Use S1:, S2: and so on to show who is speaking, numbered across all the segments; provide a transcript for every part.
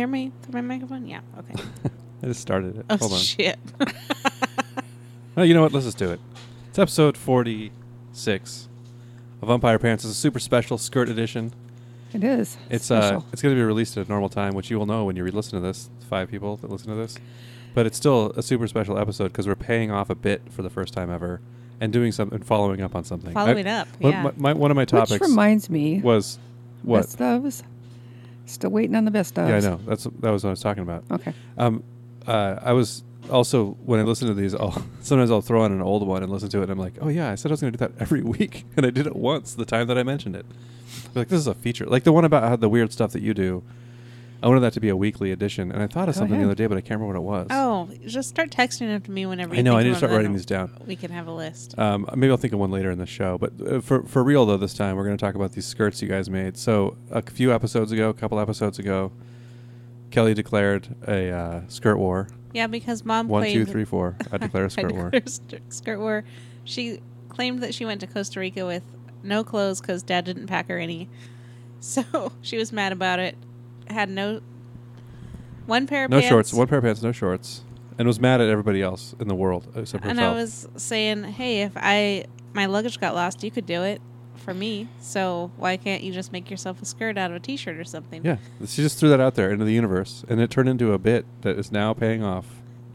S1: Hear me through my microphone? Yeah. Okay.
S2: I just started it.
S1: Oh
S2: Hold on.
S1: shit.
S2: No, you know what? Let's just do it. It's episode 46 of Umpire Parents. It's a super special skirt edition.
S3: It is.
S2: It's uh,
S3: special.
S2: it's going to be released at a normal time, which you will know when you re-listen to this. Five people that listen to this, but it's still a super special episode because we're paying off a bit for the first time ever and doing something and following up on something.
S1: Follow it up,
S2: One,
S1: yeah.
S2: my, my- one of my topics
S3: Which reminds me,
S2: was what?
S3: best ofs. Still waiting on the best ofs.
S2: Yeah, I know. That's that was what I was talking about.
S3: Okay.
S2: Um, uh, I was also when I listen to these, I'll sometimes I'll throw on an old one and listen to it, and I'm like, oh yeah, I said I was going to do that every week, and I did it once the time that I mentioned it. I'm like this is a feature, like the one about how the weird stuff that you do. I wanted that to be a weekly edition, and I thought of
S3: Go
S2: something the
S3: ahead.
S2: other day, but I can't remember what it was.
S1: oh, just start texting them to me whenever.
S2: I
S1: you
S2: know. I
S1: think
S2: need
S1: of
S2: to start
S1: them,
S2: writing
S1: then
S2: these down.
S1: We can have a list.
S2: Um, maybe I'll think of one later in the show. But uh, for for real though, this time we're going to talk about these skirts you guys made. So a few episodes ago, a couple episodes ago, Kelly declared a uh, skirt war.
S1: Yeah, because mom
S2: One,
S1: claimed
S2: two, three, four. I declare a skirt war.
S1: declare st- skirt war. She claimed that she went to Costa Rica with no clothes because dad didn't pack her any. So she was mad about it. Had no one pair of
S2: No
S1: pants.
S2: shorts. One pair of pants. No shorts. And was mad at everybody else in the world except herself.
S1: And I was saying, hey, if I my luggage got lost, you could do it for me. So why can't you just make yourself a skirt out of a T-shirt or something?
S2: yeah, she just threw that out there into the universe, and it turned into a bit that is now paying off.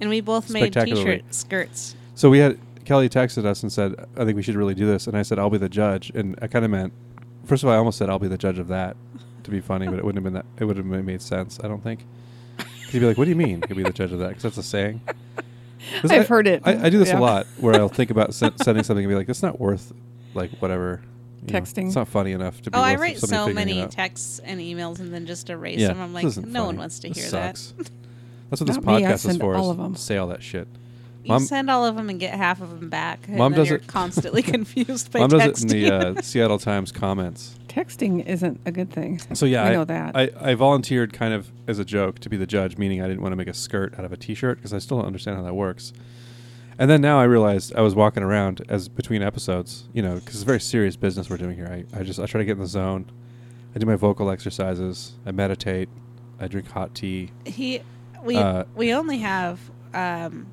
S1: And we both made
S2: Spectacularly.
S1: T-shirt skirts.
S2: So we had Kelly texted us and said, "I think we should really do this," and I said, "I'll be the judge," and I kind of meant, first of all, I almost said, "I'll be the judge of that," to be funny, but it wouldn't have been that. It would have made sense, I don't think. 'Cause You'd be like, "What do you mean? You'll be the judge of that?" Because that's a saying. 'Cause
S3: I've
S2: I-
S3: heard it.
S2: I, I do this
S3: Yeah.
S2: a lot, where I'll think about sen- sending something and be like, "That's not worth, like, whatever." you know,
S3: Texting.
S2: it's not funny enough to be.
S1: Oh,
S2: worth
S1: I write
S2: somebody
S1: so
S2: figuring it
S1: many
S2: out.
S1: texts and emails and then just erase
S2: Yeah,
S1: them. I'm
S2: this
S1: like, no
S2: isn't
S1: one
S2: funny.
S1: wants to
S2: This
S1: hear that.
S2: sucks. That's what this
S3: Not me, I
S2: podcast is
S3: send
S2: for.
S3: all
S2: is
S3: of 'em.
S2: Say all that shit.
S1: You
S2: Mom-
S1: send all of them and get half of them back. And
S2: Mom
S1: then
S2: does
S1: you're
S2: it-
S1: constantly confused by
S2: Mom does it in
S1: texting.
S2: the uh, Seattle Times comments.
S3: Texting isn't a good thing.
S2: So yeah,
S3: I know that.
S2: I, I volunteered kind of as a joke to be the judge, meaning I didn't want to make a skirt out of a T-shirt because I still don't understand how that works. And then now I realized I was walking around as between episodes, you know, because it's very serious business we're doing here. I, I just I try to get in the zone. I do my vocal exercises. I meditate. I drink hot tea.
S1: he, we,
S2: uh,
S1: we only have. Um,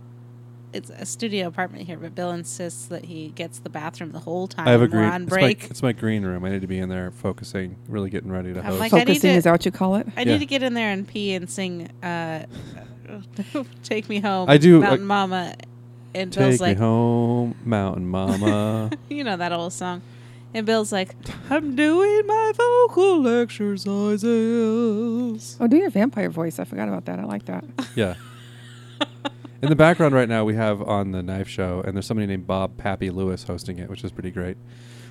S1: it's a studio apartment here, but Bill insists that he gets the bathroom the whole time.
S2: I have a
S1: we're
S2: green.
S1: on
S2: it's,
S1: break.
S2: My, it's my green room. I need to be in there focusing, really getting ready to
S1: I'm
S2: host.
S1: like, I need
S3: Focusing
S1: to-
S3: is that what you call it?
S1: I
S2: Yeah.
S1: need to get in there and pee and sing uh, Take Me Home.
S2: I do, uh,
S1: Mountain Mama. And
S2: Take
S1: Bill's
S2: me
S1: like,
S2: home, mountain mama.
S1: you know that old song. And Bill's like, I'm doing my vocal exercises.
S3: Oh, do your vampire voice. I forgot about that. I like that.
S2: yeah. In the background right now, we have on the Knife Show, and there's somebody named Bob Pappy Lewis hosting it, which is pretty great.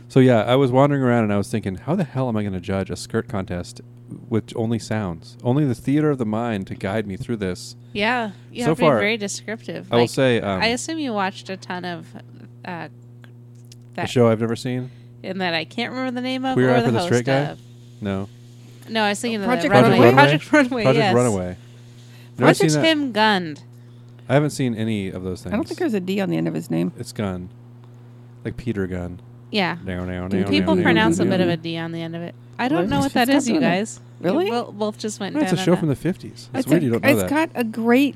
S2: So yeah, I was wandering around and I was thinking, how the hell am I going to judge a skirt contest with only sounds, only the theater of the mind to guide me through this?
S1: Yeah, you
S2: So
S1: have to
S2: far,
S1: be very descriptive.
S2: I will
S1: Like,
S2: say, um,
S1: I assume you watched a ton of uh,
S2: a
S1: that,
S2: show I've never seen.
S1: and that I can't remember the name of
S2: Queer
S1: or
S2: Eye
S1: the
S2: for the
S1: host
S2: Straight Guy?
S1: of.
S2: No,
S1: No, I was thinking of the
S3: Project
S1: Runway.
S3: Runway?
S1: Project Runway.
S2: Project
S1: yes.
S2: Runaway. Never seen
S1: Project
S2: that.
S1: Tim Gund.
S2: I haven't seen any of those things.
S3: I don't think there's a D on the end of his name.
S2: It's Gunn, like Peter Gunn.
S1: Yeah.
S2: Now, now,
S3: Do
S2: now,
S1: People
S2: now, now,
S1: pronounce
S2: now,
S1: a bit
S2: now.
S1: of a D on the end of it. I don't
S3: Really?
S1: know what
S3: It's
S1: that
S3: got
S1: is, you
S3: something.
S1: guys.
S3: Really?
S1: We both, both just went
S2: No, it's a
S1: down
S2: show
S1: on
S2: from
S1: that.
S2: the 50s. It's
S3: It's
S2: weird
S3: a-
S2: you don't know
S3: it's
S2: that.
S3: got a great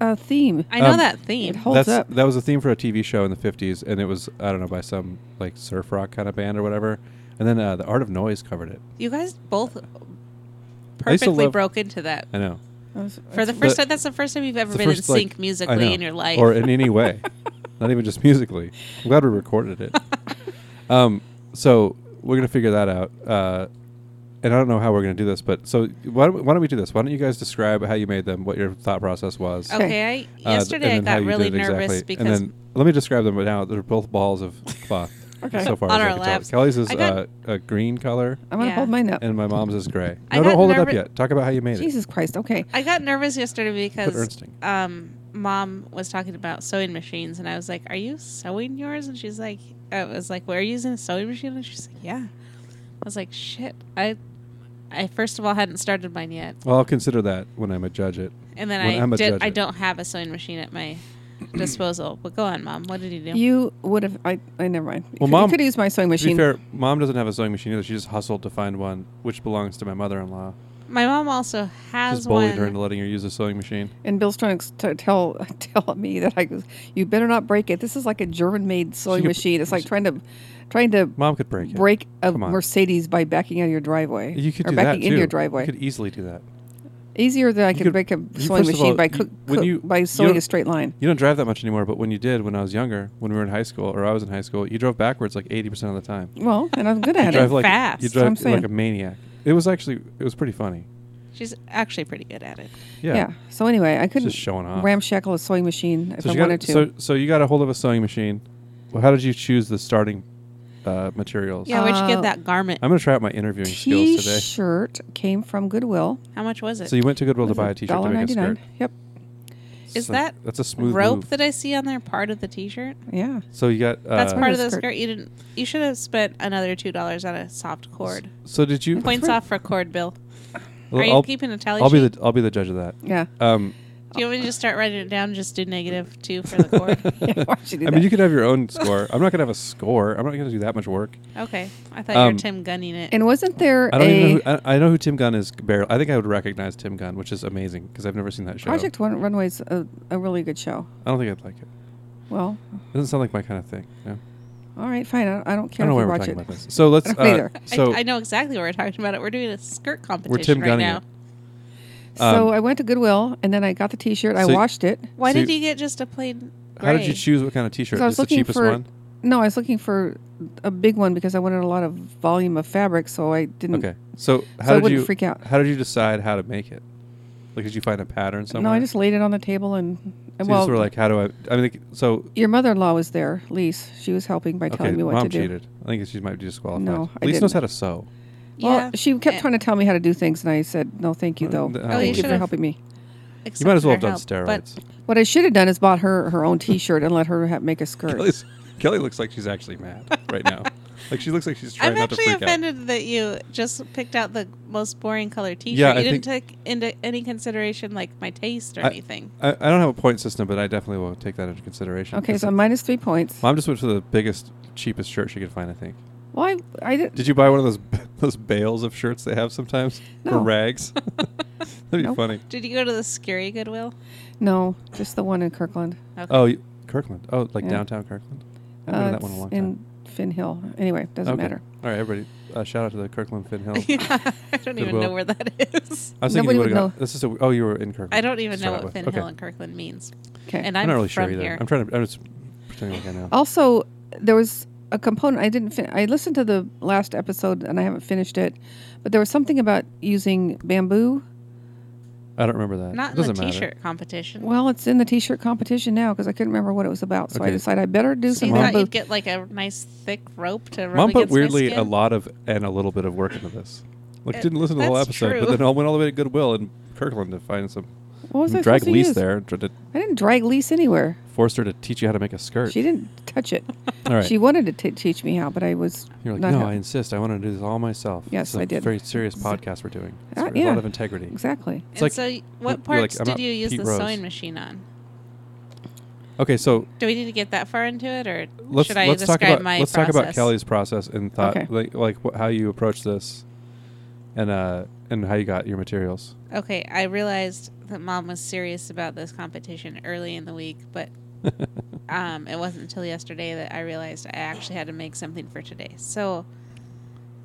S3: uh, theme.
S1: I know
S2: um,
S1: that
S3: It
S1: theme.
S3: holds
S2: That's-
S3: up.
S2: That was a theme for a TV show in the 50s, and it was, I don't know, by some like surf rock kind of band or whatever. And then uh, The Art of Noise covered it.
S1: You guys both
S2: I used to
S1: perfectly
S2: love-
S1: broke into that.
S2: I know.
S3: That was-
S1: For the
S3: that's-
S1: first time, that's the first time you've ever
S2: It's the
S1: been in
S2: first, like-
S1: sync
S2: I know.
S1: musically in your life.
S2: Or in any way. Not even just musically. I'm glad we recorded it. um, so we're going to figure that out. Uh, and I don't know how we're going to do this, but so why don't, we, why don't we do this? Why don't you guys describe how you made them, what your thought process was?
S3: Okay.
S1: okay, I,
S2: uh, and
S1: yesterday I
S2: then how
S1: got
S2: you
S1: really
S2: did it
S1: nervous
S2: exactly.
S1: because
S2: And then let me describe them. But now they're both balls of cloth.
S3: Okay.
S2: So far
S1: On
S2: as
S1: our
S2: I can
S1: laps.
S2: tell. Kelly's is
S1: I got-
S2: uh, a green color,
S3: I'm going to
S1: Yeah.
S3: hold mine up.
S2: and my mom's is gray.
S1: I
S2: No, don't
S1: got
S2: hold it up
S1: nervous-
S2: yet. Talk about how you made
S3: Jesus Christ. Okay.
S1: I got nervous yesterday
S2: it. Put
S1: because
S2: Ernsting.
S1: um, mom was talking about sewing machines, and I was like, "Are you sewing yours?" And she's like, "I was like, we're using a sewing machine," and she's like, "Yeah." I was like, "Shit, I." I first of all hadn't started mine yet,
S2: Well, I'll consider that when I'm a judge. It.
S1: and then
S2: When I'm
S1: I
S2: a
S1: did.
S2: judge
S1: I
S2: it.
S1: don't have a sewing machine at my disposal. But go on, mom. What did you do?
S3: You would have. I, I never mind. You
S2: Well,
S3: could-
S2: Mom-
S3: you could use my sewing
S2: To be
S3: machine.
S2: fair, mom doesn't have a sewing machine either. She just hustled to find one, which belongs to my mother-in-law.
S1: My mom also has
S2: Just bullied
S1: one.
S2: her into letting her use a sewing machine.
S3: And Bill's trying to tell tell me that I was, you better not break it. This is like a German-made sewing
S2: could-
S3: machine. It's like trying to trying to
S2: Mom could break it.
S3: break a
S2: Come on.
S3: Mercedes by backing out of your driveway.
S2: You could
S3: or
S2: do that
S3: backing
S2: too.
S3: into
S2: You
S3: your driveway.
S2: could easily do that.
S3: Easier than I could,
S2: could-
S3: break a
S2: you-
S3: sewing
S2: first of
S3: machine
S2: all,
S3: by
S2: you-
S3: cook,
S2: when
S3: cook-
S2: you-
S3: by
S2: you
S3: sewing
S2: don't-
S3: a straight line.
S2: You don't drive that much anymore, but when you did, when I was younger, when we were in high school or I was in high school, you drove backwards like eighty percent of the time.
S3: Well, and I'm good at
S2: drive
S3: it.
S2: like
S1: fast.
S2: you
S1: That's what
S3: I'm
S2: drive
S3: saying.
S2: like a maniac. It was actually it was pretty funny.
S1: She's actually pretty good at it.
S2: Yeah.
S3: So anyway, I couldn't
S2: Just showing off.
S3: ramshackle a sewing machine if
S2: uh, so
S3: I
S2: you got
S3: wanted to.
S2: so so you got a hold of a sewing machine. Well, how did you choose the starting uh, materials?
S1: Yeah, where'd you
S3: Uh,
S1: get that garment?
S2: I'm gonna try out my interviewing skills today.
S3: T-shirt came from Goodwill.
S1: How much was it?
S2: So you went to Goodwill to
S3: Was
S2: buy
S3: it
S2: a T-shirt to make a
S3: $1.99?
S2: skirt.
S3: Yep.
S1: Is
S2: So
S1: that
S2: that's a smooth
S1: Rope
S2: move.
S1: that I see on there, part of the T-shirt.
S3: Yeah.
S2: So you got uh,
S1: That's part of
S3: the
S1: the
S3: skirt.
S1: skirt. You didn't. You should have spent another two dollars on a soft cord.
S2: So did you?
S1: Points off for cord bill.
S2: Well,
S1: Are you
S2: I'll,
S1: keeping a tally
S2: I'll be
S1: sheet?
S2: the I'll be the judge of that.
S3: Yeah.
S2: Um,
S1: do you want me to just start writing it down? Just do negative two for the cord.
S3: Yeah, why should you do
S2: I mean,
S3: that?
S2: you could have your own score. I'm not gonna have a score. I'm not gonna do that much work.
S1: okay, I thought you
S2: Um,
S1: were Tim gunning it.
S3: And wasn't there
S2: I don't
S3: a
S2: even know who, I, I know who Tim Gunn is. Barely, I think I would recognize Tim Gunn, which is amazing because I've never seen that show.
S3: Project One Runway's a, a really good show.
S2: I don't think I'd like it.
S3: Well,
S2: Doesn't sound like my kind of thing. No.
S3: all right, fine. I, I don't
S2: I
S3: care
S2: don't know why
S3: if
S2: we're
S3: you watch
S2: talking
S3: it.
S2: about this. So let's.
S3: I don't
S2: Uh,
S3: either.
S2: so
S1: I, I know exactly what we're talking about. It. We're doing a skirt competition
S2: we're Tim
S1: right
S2: Gunning.
S1: now.
S2: it.
S3: so
S2: um,
S3: I went to Goodwill and then I got the T-shirt. I
S2: So-
S3: washed it.
S1: Why
S2: So
S1: did
S2: you-
S1: you get just a plain?
S2: How did you
S1: gray?
S2: choose what kind of T-shirt?
S3: So I was
S2: Just the
S3: looking
S2: cheapest
S3: for
S2: one.
S3: no, I was looking for a big one because I wanted a lot of volume of fabric, so I didn't.
S2: Okay. So
S3: I
S2: how did
S3: wouldn't
S2: you
S3: freak out.
S2: How did you decide how to make it? Like, did you find a pattern somewhere?
S3: No, I just laid it on the table and
S2: So you
S3: well,
S2: just were like, how do I? I mean, like, so
S3: your mother-in-law was there, Lise. She was helping by
S2: okay,
S3: telling me what
S2: mom
S3: to do.
S2: cheated. I think she might be disqualified.
S3: No, I
S2: At least knows
S3: didn't.
S2: how to sew.
S1: Yeah.
S3: Well, she kept
S1: Eh,
S3: trying to tell me how to do things, and I said, "No, thank you,
S2: Uh,
S3: though.
S2: th-
S1: Oh, you
S3: thank you for
S1: should've-
S3: helping me."
S1: except
S2: You might as well
S1: for
S2: have done
S1: help, but-
S2: steroids.
S3: What I should have done is bought her her own T-shirt and let her ha- make a skirt.
S2: Kelly's, Kelly looks like she's actually mad right now. like she looks like she's trying
S1: I'm
S2: not to
S1: actually
S2: freak out.
S1: offended that you just picked out the most boring color T-shirt.
S2: Yeah, I
S1: you didn't take into any consideration like my taste or
S2: I-
S1: anything.
S2: I, I don't have a point system, but I definitely will take that into consideration.
S3: Okay,
S2: It's-
S3: so minus three points.
S2: mom just went for the biggest, cheapest shirt she could find. I think.
S3: Why? I did.
S2: Did you buy one of those those bales of shirts they have sometimes
S3: No.
S2: or rags? That'd be
S3: Nope.
S2: funny.
S1: Did you go to the scary Goodwill?
S3: No, just the one in Kirkland.
S1: Okay.
S2: Oh, you, Kirkland. Oh, like
S3: Yeah.
S2: downtown Kirkland. I haven't been to that one in a
S3: Uh, it's
S2: long time.
S3: in Finn Hill. Anyway, doesn't
S2: Okay.
S3: matter.
S2: All right, everybody. Uh, shout out to the Kirkland Finn Hill.
S1: yeah, I don't even
S2: Goodwill.
S1: know where that is.
S2: I was thinking
S3: Nobody
S2: you
S3: would
S2: would have got this is a, oh you were in Kirkland.
S1: I don't even
S2: to
S1: know
S2: start
S1: what
S2: with.
S1: Finn
S2: Okay.
S1: Hill and Kirkland means.
S3: Okay.
S1: And
S2: I'm,
S1: I'm,
S2: not really
S1: from
S2: sure either.
S1: here. Oh.
S2: I'm trying to. I'm just pretending like I know.
S3: Also, there was a component I didn't. Fin- I listened to the last episode and I haven't finished it, but there was something about using bamboo.
S2: I don't remember that.
S1: Not in
S2: Doesn't
S1: the
S2: matter.
S1: T-shirt competition.
S3: Well, it's in the T-shirt competition now because I couldn't remember what it was about, so I
S2: Okay.
S3: decided I better do
S1: so
S3: some
S1: you
S2: Mom-
S1: thought
S3: bamboo.
S1: you'd get like a nice thick rope to rub
S2: Mom put
S1: against my
S2: weirdly a
S1: skin?
S2: lot of and a little bit of work into this. Like
S1: Uh,
S2: didn't listen to the whole
S1: that's
S2: episode,
S1: true.
S2: but then I went all the way to Goodwill in Kirkland to find some.
S3: What was I
S2: drag
S3: supposed to
S2: Lise
S3: use?
S2: there and tried to
S3: I didn't drag Lise anywhere.
S2: force her to teach you how to make a skirt.
S3: She didn't touch it.
S2: all right.
S3: She wanted to t- teach me how, but I was
S2: You're like,
S3: not
S2: no,
S3: hap-
S2: I insist. I want to do this all myself.
S3: Yes,
S2: It's a
S3: I did.
S2: Very serious podcast we're doing. It's
S3: Ah,
S2: a
S3: yeah.
S2: lot of integrity.
S3: exactly.
S2: It's
S1: And
S2: like-
S1: so, y-
S2: you're
S1: what
S2: like,
S1: parts
S2: I'm not
S1: did you use
S2: Pete
S1: the
S2: Rose.
S1: sewing machine on?
S2: Okay, so
S1: Do we need to get that far into it, or
S2: let's
S1: should I
S2: let's
S1: describe
S2: talk about
S1: my
S2: let's
S1: process?
S2: talk about Kelly's process and thought
S3: Okay.
S2: like like wh- how you approach this and uh and how you got your materials.
S1: Okay, I realized that mom was serious about this competition early in the week, but um, it wasn't until yesterday that I realized I actually had to make something for today. So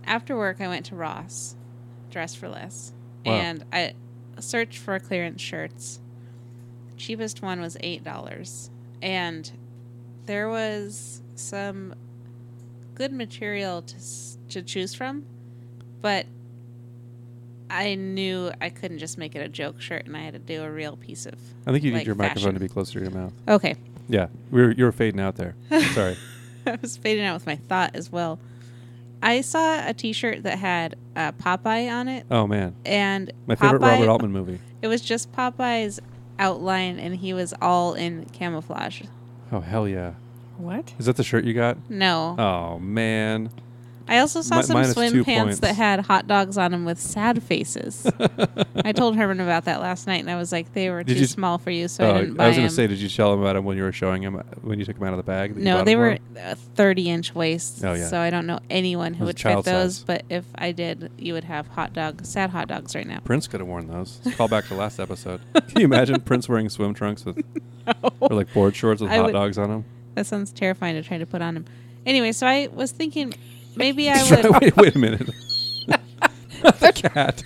S1: after work, I went to Ross, dressed for less,
S2: Wow.
S1: and I searched for clearance shirts. Cheapest one was eight dollars, and there was some good material to s- to choose from, but I knew I couldn't just make it a joke shirt, and I had to do a real piece of.
S2: I think you need
S1: Like
S2: your microphone
S1: fashion.
S2: to be closer to your mouth.
S1: Okay,
S2: Yeah, we were, you were fading out there. Sorry.
S1: I was fading out with my thought as well. I saw a T-shirt that had uh, Popeye on it,
S2: Oh man,
S1: and
S2: my
S1: Popeye,
S2: favorite Robert Altman movie.
S1: It was just Popeye's outline, and he was all in camouflage.
S2: Oh hell yeah!
S3: What?
S2: Is that the shirt you got?
S1: No,
S2: Oh man,
S1: I also saw
S2: Mi-
S1: some
S2: minus two
S1: swim pants
S2: points.
S1: that had hot dogs on them with sad faces. I told Herman about that last night, and I was like, they were
S2: Did
S1: too
S2: you-
S1: small for you, so
S2: oh,
S1: I
S2: I was
S1: didn't buy
S2: going to
S1: them.
S2: say, did you tell him about him when you were showing him uh, when you took him out of the bag? that you
S1: no,
S2: bought
S1: they
S2: him
S1: were
S2: for?
S1: uh, 30 inch waists,
S2: Oh, yeah.
S1: so I don't know anyone who
S2: Those
S1: would fit
S2: child
S1: those.
S2: size.
S1: But if I did, you would have hot dog, sad hot dogs right now.
S2: Prince could have worn those. Let's call back to last episode. Can you imagine Prince wearing swim trunks with or like board shorts with
S1: I
S2: hot
S1: would-
S2: dogs on them?
S1: That sounds terrifying to try to put on him. Anyway, so I was thinking maybe I would.
S2: wait, wait a minute. the cat.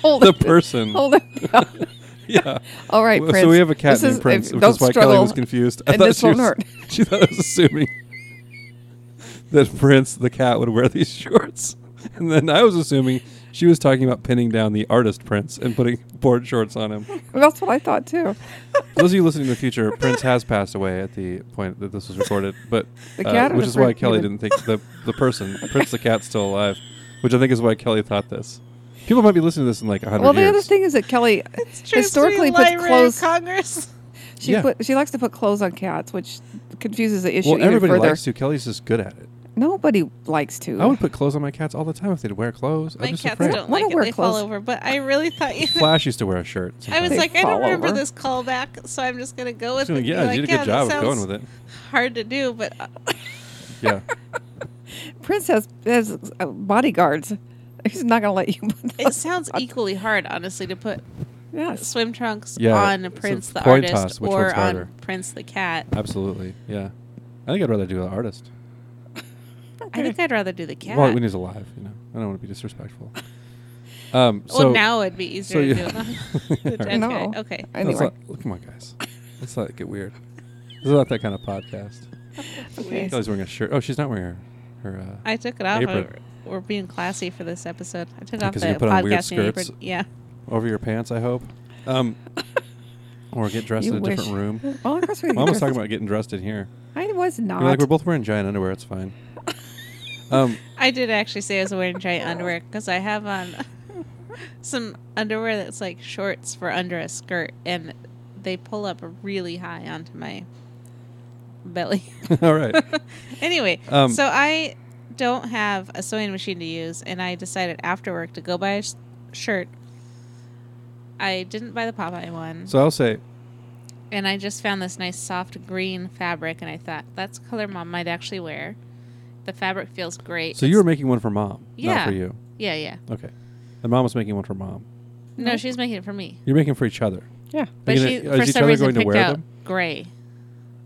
S3: Hold
S2: The
S3: it.
S2: person.
S3: Hold it.
S2: Yeah.
S3: All right,
S2: Well,
S3: Prince.
S2: So we have a cat
S3: This
S2: named
S3: is-
S2: Prince,
S3: if-
S2: which
S3: don't
S2: is why Kelly
S3: struggle.
S2: was confused. I
S3: and
S2: thought
S3: this
S2: she,
S3: won't
S2: was,
S3: hurt.
S2: she thought I was assuming that Prince, the cat, would wear these shorts. And then I was assuming she was talking about pinning down the artist Prince and putting board shorts on him.
S3: That's what I thought too.
S2: Those of you listening in the future, Prince has passed away at the point that this was recorded, but uh,
S3: The cat or
S2: which
S3: the
S2: is why
S3: Prince?
S2: Kelly
S3: Either.
S2: didn't think the the person Prince the cat's still alive, which I think is why Kelly thought this. People might be listening to this in like hundred
S3: Well, the
S2: years.
S3: other thing is that Kelly historically puts
S1: Library of
S3: clothes.
S1: Congress.
S3: She
S2: Yeah.
S3: put, she likes to put clothes on cats, which confuses the issue
S2: well,
S3: even
S2: everybody
S3: further.
S2: likes to. Kelly's just good at it.
S3: Nobody likes to.
S2: I would put clothes on my cats all the time if they'd wear clothes.
S1: My
S2: I'm just
S1: cats
S2: afraid.
S1: don't
S3: Why
S1: like
S3: don't
S1: it;
S3: wear
S1: they
S3: clothes?
S1: fall over. But I really thought you.
S2: Flash used to wear a shirt.
S1: I was
S2: sometimes.
S3: They
S1: like, I don't
S3: fall
S1: remember
S3: over.
S1: this callback, so I'm just gonna go with
S2: So,
S1: it.
S2: yeah, you did a good job of going with it.
S1: Hard to do, but uh,
S2: Yeah,
S3: Prince has has uh, bodyguards. He's not going to let you. Put
S1: it
S3: those.
S1: sounds equally hard, honestly, to put
S3: Yes.
S1: swim trunks
S2: Yeah,
S1: on
S2: it's a
S1: Prince the
S2: coin
S1: artist
S2: toss, which one's
S1: or
S2: harder?
S1: on Prince the cat.
S2: absolutely. Yeah, I think I'd rather do an artist.
S1: I think I'd rather do the cat.
S2: Well,
S1: Well,
S2: when he's alive, you know, I don't want to be disrespectful. Um, so
S1: now it'd be
S2: so
S1: easier
S2: you-
S1: to do it. on-
S2: Yeah.
S1: Okay,
S3: No.
S1: okay.
S2: That's
S3: Anyway.
S2: not- come on, guys. Let's not get weird. This is not that kind of podcast.
S3: Okay.
S2: Kelly's wearing a shirt. Oh, she's not wearing her. her uh,
S1: I took it off.
S2: Apron.
S1: I- We're being classy for this episode. I took
S2: Yeah,
S1: off
S2: 'cause
S1: the
S2: you put on weird
S1: podcasting
S2: skirts.
S1: apron. Yeah.
S2: over your pants, I hope. Um, or get dressed
S3: You
S2: in a
S3: wish.
S2: different room.
S3: Well, of course we
S2: Mom was talking about getting dressed in here.
S3: I was not.
S2: You're like, we're both wearing giant underwear. It's fine. Um,
S1: I did actually say I was wearing giant underwear because I have on some underwear that's like shorts for under a skirt, and they pull up really high onto my belly.
S2: all right.
S1: anyway,
S2: Um,
S1: so I don't have a sewing machine to use, and I decided after work to go buy a s- shirt. I didn't buy the Popeye one,
S2: So I'll say,
S1: and I just found this nice soft green fabric, and I thought that's a color mom might actually wear. The fabric feels great.
S2: so you were making one for mom, not
S1: Yeah.
S2: for you.
S1: yeah, yeah.
S2: Okay. And mom was making one for mom.
S1: No,
S3: No?
S1: she's making it for me.
S2: You're making for each other.
S3: yeah.
S1: But
S2: You're
S1: she,
S2: gonna-
S1: for
S2: is each
S1: some
S2: other
S1: reason,
S2: going to
S1: picked
S2: wear
S1: out
S2: them?
S1: gray.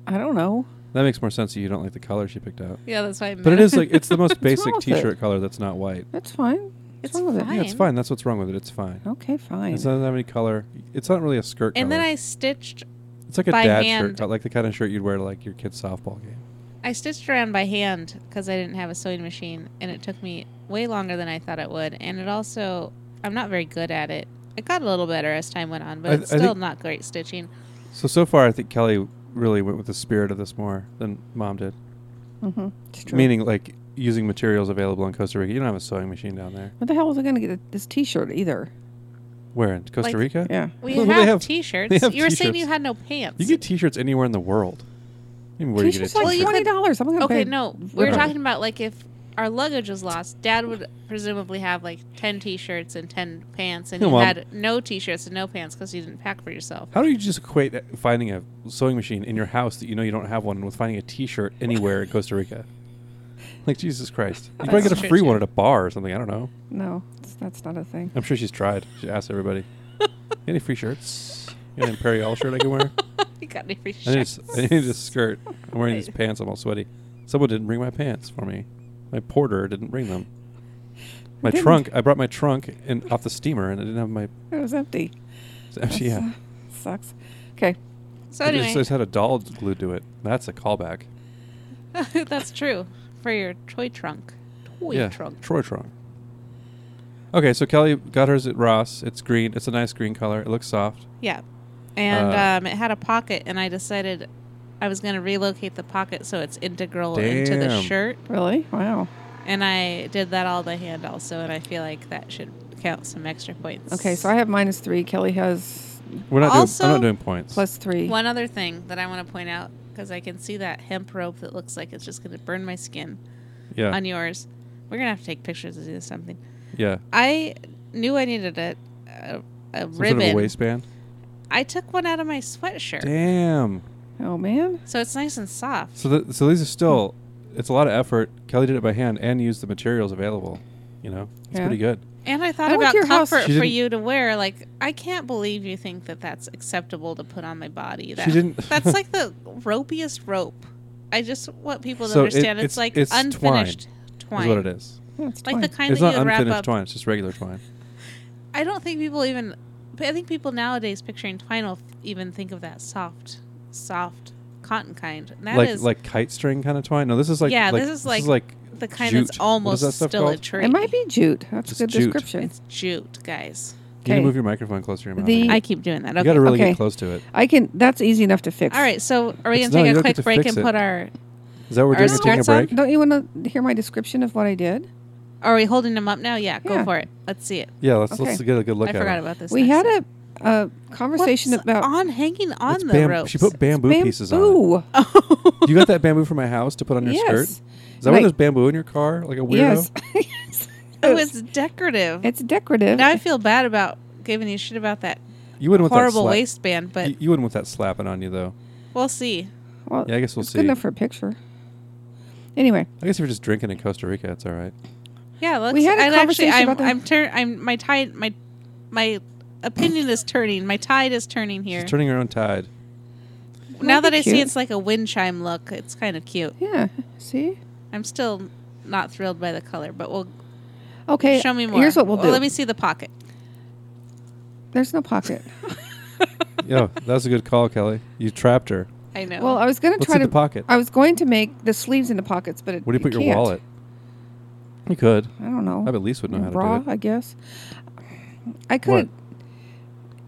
S3: I don't know.
S2: That makes more sense that you don't like the color she picked out.
S1: Yeah, that's why. I
S2: But it is like, it's the most basic
S3: wrong with it?
S2: t shirt color that's not white.
S3: That's fine.
S1: It's
S3: wrong with it?
S2: Yeah, it's
S1: Fine.
S2: fine. That's what's wrong with it. It's fine.
S3: Okay, fine.
S2: It doesn't have any color. It's not really a skirt.
S1: and then
S2: color.
S1: I stitched.
S2: it's like a
S1: by
S2: dad
S1: hand-
S2: shirt, like the kind of shirt you'd wear to like your kid's softball game.
S1: I stitched around by hand because I didn't have a sewing machine, and it took me way longer than I thought it would. And it also, I'm not very good at it. It got a little better as time went on, but
S2: I-
S1: it's
S2: I
S1: still
S2: think-
S1: not great stitching.
S2: So so far, I think Kelly really went with the spirit of this more than mom did.
S3: mm-hmm. It's true.
S2: Meaning like using materials available in Costa Rica. You don't have a sewing machine down there.
S3: What the hell was I going to get this T-shirt either?
S2: Where in Costa
S1: Like-
S2: Rica?
S3: Yeah.
S1: We
S2: Well,
S1: have,
S2: they have-
S1: t-shirts.
S2: they have
S1: you were saying
S2: t-shirts.
S1: you had no pants.
S2: You get t-shirts anywhere in the world. I mean, where do you get
S3: T-shirts
S2: a
S1: Well,
S3: like
S1: you
S2: t-shirt?
S1: could-
S3: twenty dollars. I'm going to
S1: okay,
S3: pay.
S1: no, we were
S2: Right.
S1: talking about like if our luggage was lost, Dad would presumably have like ten t-shirts and ten pants, and
S2: No,
S1: you
S2: Mom.
S1: had no t-shirts and no pants because you didn't pack for yourself.
S2: How do you just equate that- finding a sewing machine in your house that you know you don't have one with finding a t-shirt anywhere in Costa Rica? Like Jesus Christ, you probably
S1: That's
S2: get a
S1: true,
S2: free
S1: too.
S2: one at a bar or something. I don't know.
S3: No, it's- that's not a thing.
S2: I'm sure she's tried. She asked everybody. Any free shirts? You got an Imperial shirt I can wear?
S1: you got any free
S2: I need, a
S1: shirts?
S2: s I need a skirt. I'm wearing these pants. I'm all sweaty. Someone didn't bring my pants for me. My porter didn't bring them. My
S3: Didn't.
S2: trunk. I brought my trunk in, off the steamer, and I didn't have my.
S3: It was empty.
S2: Yeah.
S3: Sucks. Okay.
S1: So
S2: I just, I
S1: anyway,
S2: just had a doll glued to it. That's a callback.
S1: that's true for your toy trunk. Toy
S2: yeah.
S1: trunk.
S2: Troy trunk. Okay, so Kelly got hers at Ross. It's green. It's a nice green color. It looks soft.
S1: Yeah, and
S2: Uh,
S1: um, it had a pocket, and I decided I was going to relocate the pocket so it's integral into the
S2: Damn.
S1: shirt.
S3: Really? Wow.
S1: And I did that all by hand also, and I feel like that should count some extra points.
S3: Okay. So I have minus three. Kelly has
S2: We're not
S1: Also-
S2: doing. I'm not doing points.
S3: plus three.
S1: One other thing that I want to point out because I can see that hemp rope that looks like it's just going to burn my skin
S2: yeah.
S1: on yours. We're gonna have to take pictures to do something.
S2: Yeah.
S1: I knew I needed a a, a
S2: Some sort of a
S1: ribbon.
S2: waistband.
S1: I took one out of my sweatshirt,
S2: Damn.
S3: Oh man.
S1: so it's nice and soft.
S2: So th- so these are still. It's a lot of effort. Kelly did it by hand and used the materials available. You know, it's
S3: Yeah.
S2: pretty good.
S1: And I thought
S3: I went
S1: about
S3: to your house-
S1: comfort
S2: She
S1: for
S2: didn't-
S1: you to wear. Like, I can't believe you think that that's acceptable to put on my body. That,
S2: didn't-
S1: that's like the ropiest rope. I just want people to
S2: So it-
S1: understand it's,
S2: it's-
S1: like
S2: it's
S1: unfinished twine.
S2: Is what it is.
S3: Yeah, it's
S1: Like
S3: twine.
S1: the kind
S2: it's
S1: that
S2: not
S1: you would wrap
S2: unfinished
S1: up.
S2: twine. It's just regular twine.
S1: I don't think people even. but I think people nowadays picturing twine will f- even think of that soft, soft cotton kind. And that is
S2: like like kite string kind of twine. No, this is like
S1: Yeah,
S2: like,
S1: this is like the kind
S2: jute. What
S1: that's
S2: is
S1: almost
S2: that stuff
S1: still a
S2: called?
S1: tree.
S3: It might be jute. That's
S2: It's
S3: a good
S2: jute.
S3: description.
S1: It's jute, guys.
S2: Can you
S3: Okay.
S2: move your microphone closer to your mouth?
S3: The-
S2: again?
S1: I keep doing that.
S2: you
S1: Okay.
S2: got to really
S3: okay.
S2: get close to it.
S3: I can. That's easy enough to fix.
S1: All right, so are we
S2: It's-
S1: going to
S2: no,
S1: take a
S2: you don't get
S1: quick
S2: to
S1: break
S2: fix
S1: and
S2: it.
S1: put our
S2: Is that what
S1: Our
S2: we're doing? We're taking a
S1: skirts on?
S2: break.
S3: Don't you want to hear my description of what I did?
S1: Are we holding them up now? Yeah, go
S3: Yeah.
S1: for it. Let's see it.
S2: Yeah, let's let's
S3: Okay.
S2: get a good look
S1: I
S2: at
S1: forgot
S2: it.
S1: about this.
S3: we
S1: next
S3: had
S1: one.
S3: a, a conversation
S1: What's
S3: about
S1: on hanging on
S2: It's
S1: the
S2: bam-
S1: ropes.
S2: She put bamboo, pieces on.
S3: bamboo.
S1: Oh.
S2: It. You got that bamboo from my house to put on your skirt?
S3: yes.
S2: Is that why
S3: Like-
S2: there's bamboo in your car? Like a weirdo?
S3: Yes.
S1: it was decorative.
S3: it's decorative.
S1: now I feel bad about giving you shit about that
S2: You wouldn't want that
S1: horrible
S2: slap-
S1: waistband, but
S2: You, you wouldn't want that slapping on you though.
S1: we'll see.
S3: well,
S2: Yeah, I guess we'll
S3: it's
S2: see.
S3: good enough for a picture. Anyway,
S2: I guess if you're just drinking in Costa Rica, it's all right.
S1: Yeah, let's.
S3: We had a
S1: and
S3: conversation
S1: actually, I'm,
S3: about that.
S1: I'm turn. I'm my tide. My my opinion is turning. My tide is turning here.
S2: She's turning her own tide.
S1: now that
S3: be
S1: I see
S3: cute.
S1: it's like a wind chime look, it's kind of cute.
S3: yeah. See.
S1: I'm still not thrilled by the color, but we'll
S3: Okay.
S1: show me more.
S3: Here's what we'll
S1: Well,
S3: do.
S1: Let me see the pocket.
S3: There's no pocket.
S2: Yo, that was a good call, Kelly. You trapped her.
S1: I know.
S3: Well, I was going to
S2: Let's
S3: try
S2: see
S3: to.
S2: the pocket.
S3: I was going to make the sleeves into pockets, but it.
S2: Where do you
S3: it
S2: put your
S3: can't.
S2: wallet? You could.
S3: I don't know.
S2: I bet Lise would know how to
S3: Bra,
S2: do it.
S3: I guess. I
S2: You
S3: could. I could.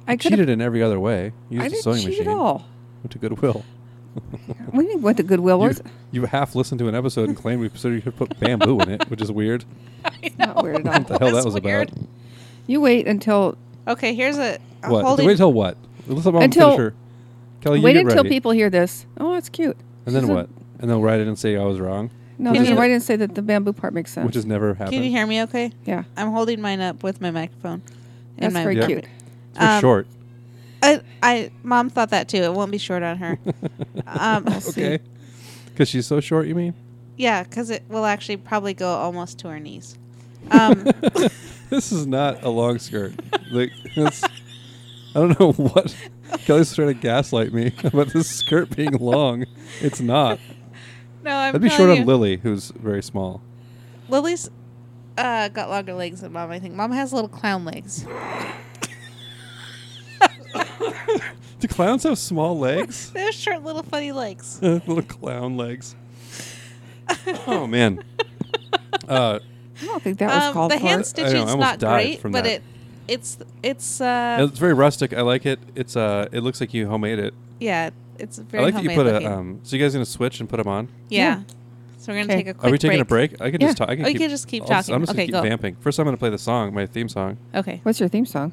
S3: have
S2: cheated in every other way. You
S3: I
S2: used a
S3: didn't
S2: sewing
S3: cheat
S2: machine.
S3: at all.
S2: Went to Goodwill.
S3: What do you mean went to Goodwill?
S2: You,
S3: Where's-
S2: you half listened to an episode and claimed we said you could put bamboo in it, which is weird.
S1: I
S3: not
S1: know,
S3: weird at
S2: What the hell that was
S1: weird.
S2: about?
S3: You wait until
S1: Okay, here's a, a
S2: What?
S1: holding.
S2: Wait until what? Let's let mom
S3: Until-
S2: finish her. Kelly, you
S3: wait
S2: get
S3: until
S2: ready.
S3: people hear this. Oh, that's cute.
S2: and then
S3: She's a-
S2: what? And they'll write it and say I was wrong,
S3: No,
S1: Can
S3: there's a
S1: you-
S3: right and say that the bamboo part makes sense.
S2: which has never happened.
S1: Can you hear me? Okay,
S3: yeah,
S1: I'm holding mine up with my microphone.
S3: that's
S1: my
S3: very
S2: Yeah.
S3: cute.
S2: It's very
S1: Um,
S2: short.
S1: I, I, mom thought that too. It won't be short on her. um,
S2: Okay. Because she's so short, you mean?
S1: Yeah, because it will actually probably go almost to her knees. Um,
S2: this is not a long skirt. Like it's, I don't know what Kelly's trying to gaslight me about this skirt being long. It's not.
S1: no, I'm
S2: That'd be
S1: telling
S2: short
S1: you,
S2: on Lily, who's very small.
S1: Lily's uh, got longer legs than mom. I think mom has little clown legs.
S2: Do clowns have small legs?
S1: They have short, little funny legs.
S2: Little clown legs. Oh man. Uh,
S3: I don't think that was
S1: Um,
S3: called
S1: the
S3: for.
S1: hand
S2: I know, I
S1: stitching's
S2: almost
S1: not
S2: died
S1: great,
S2: from
S1: but
S2: that.
S1: it, it's, it's, uh,
S2: it's very rustic. I like it. It's uh, it looks like you homemade it.
S1: yeah, it's very
S2: I like that you
S1: homemade
S2: put
S1: looking.
S2: a. Um, so you guys gonna switch and put them on?
S1: yeah.
S3: Yeah.
S1: So we're gonna
S3: Okay.
S1: take a quick.
S2: Are we taking a break? I can
S3: Yeah.
S2: just talk. I can
S1: Oh, you
S2: keep,
S1: can just keep
S2: I'll just-
S1: talking.
S2: I'm just
S1: Okay,
S2: gonna
S1: go.
S2: keep vamping. First, I'm gonna play the song, my theme song.
S1: Okay.
S3: What's your theme song?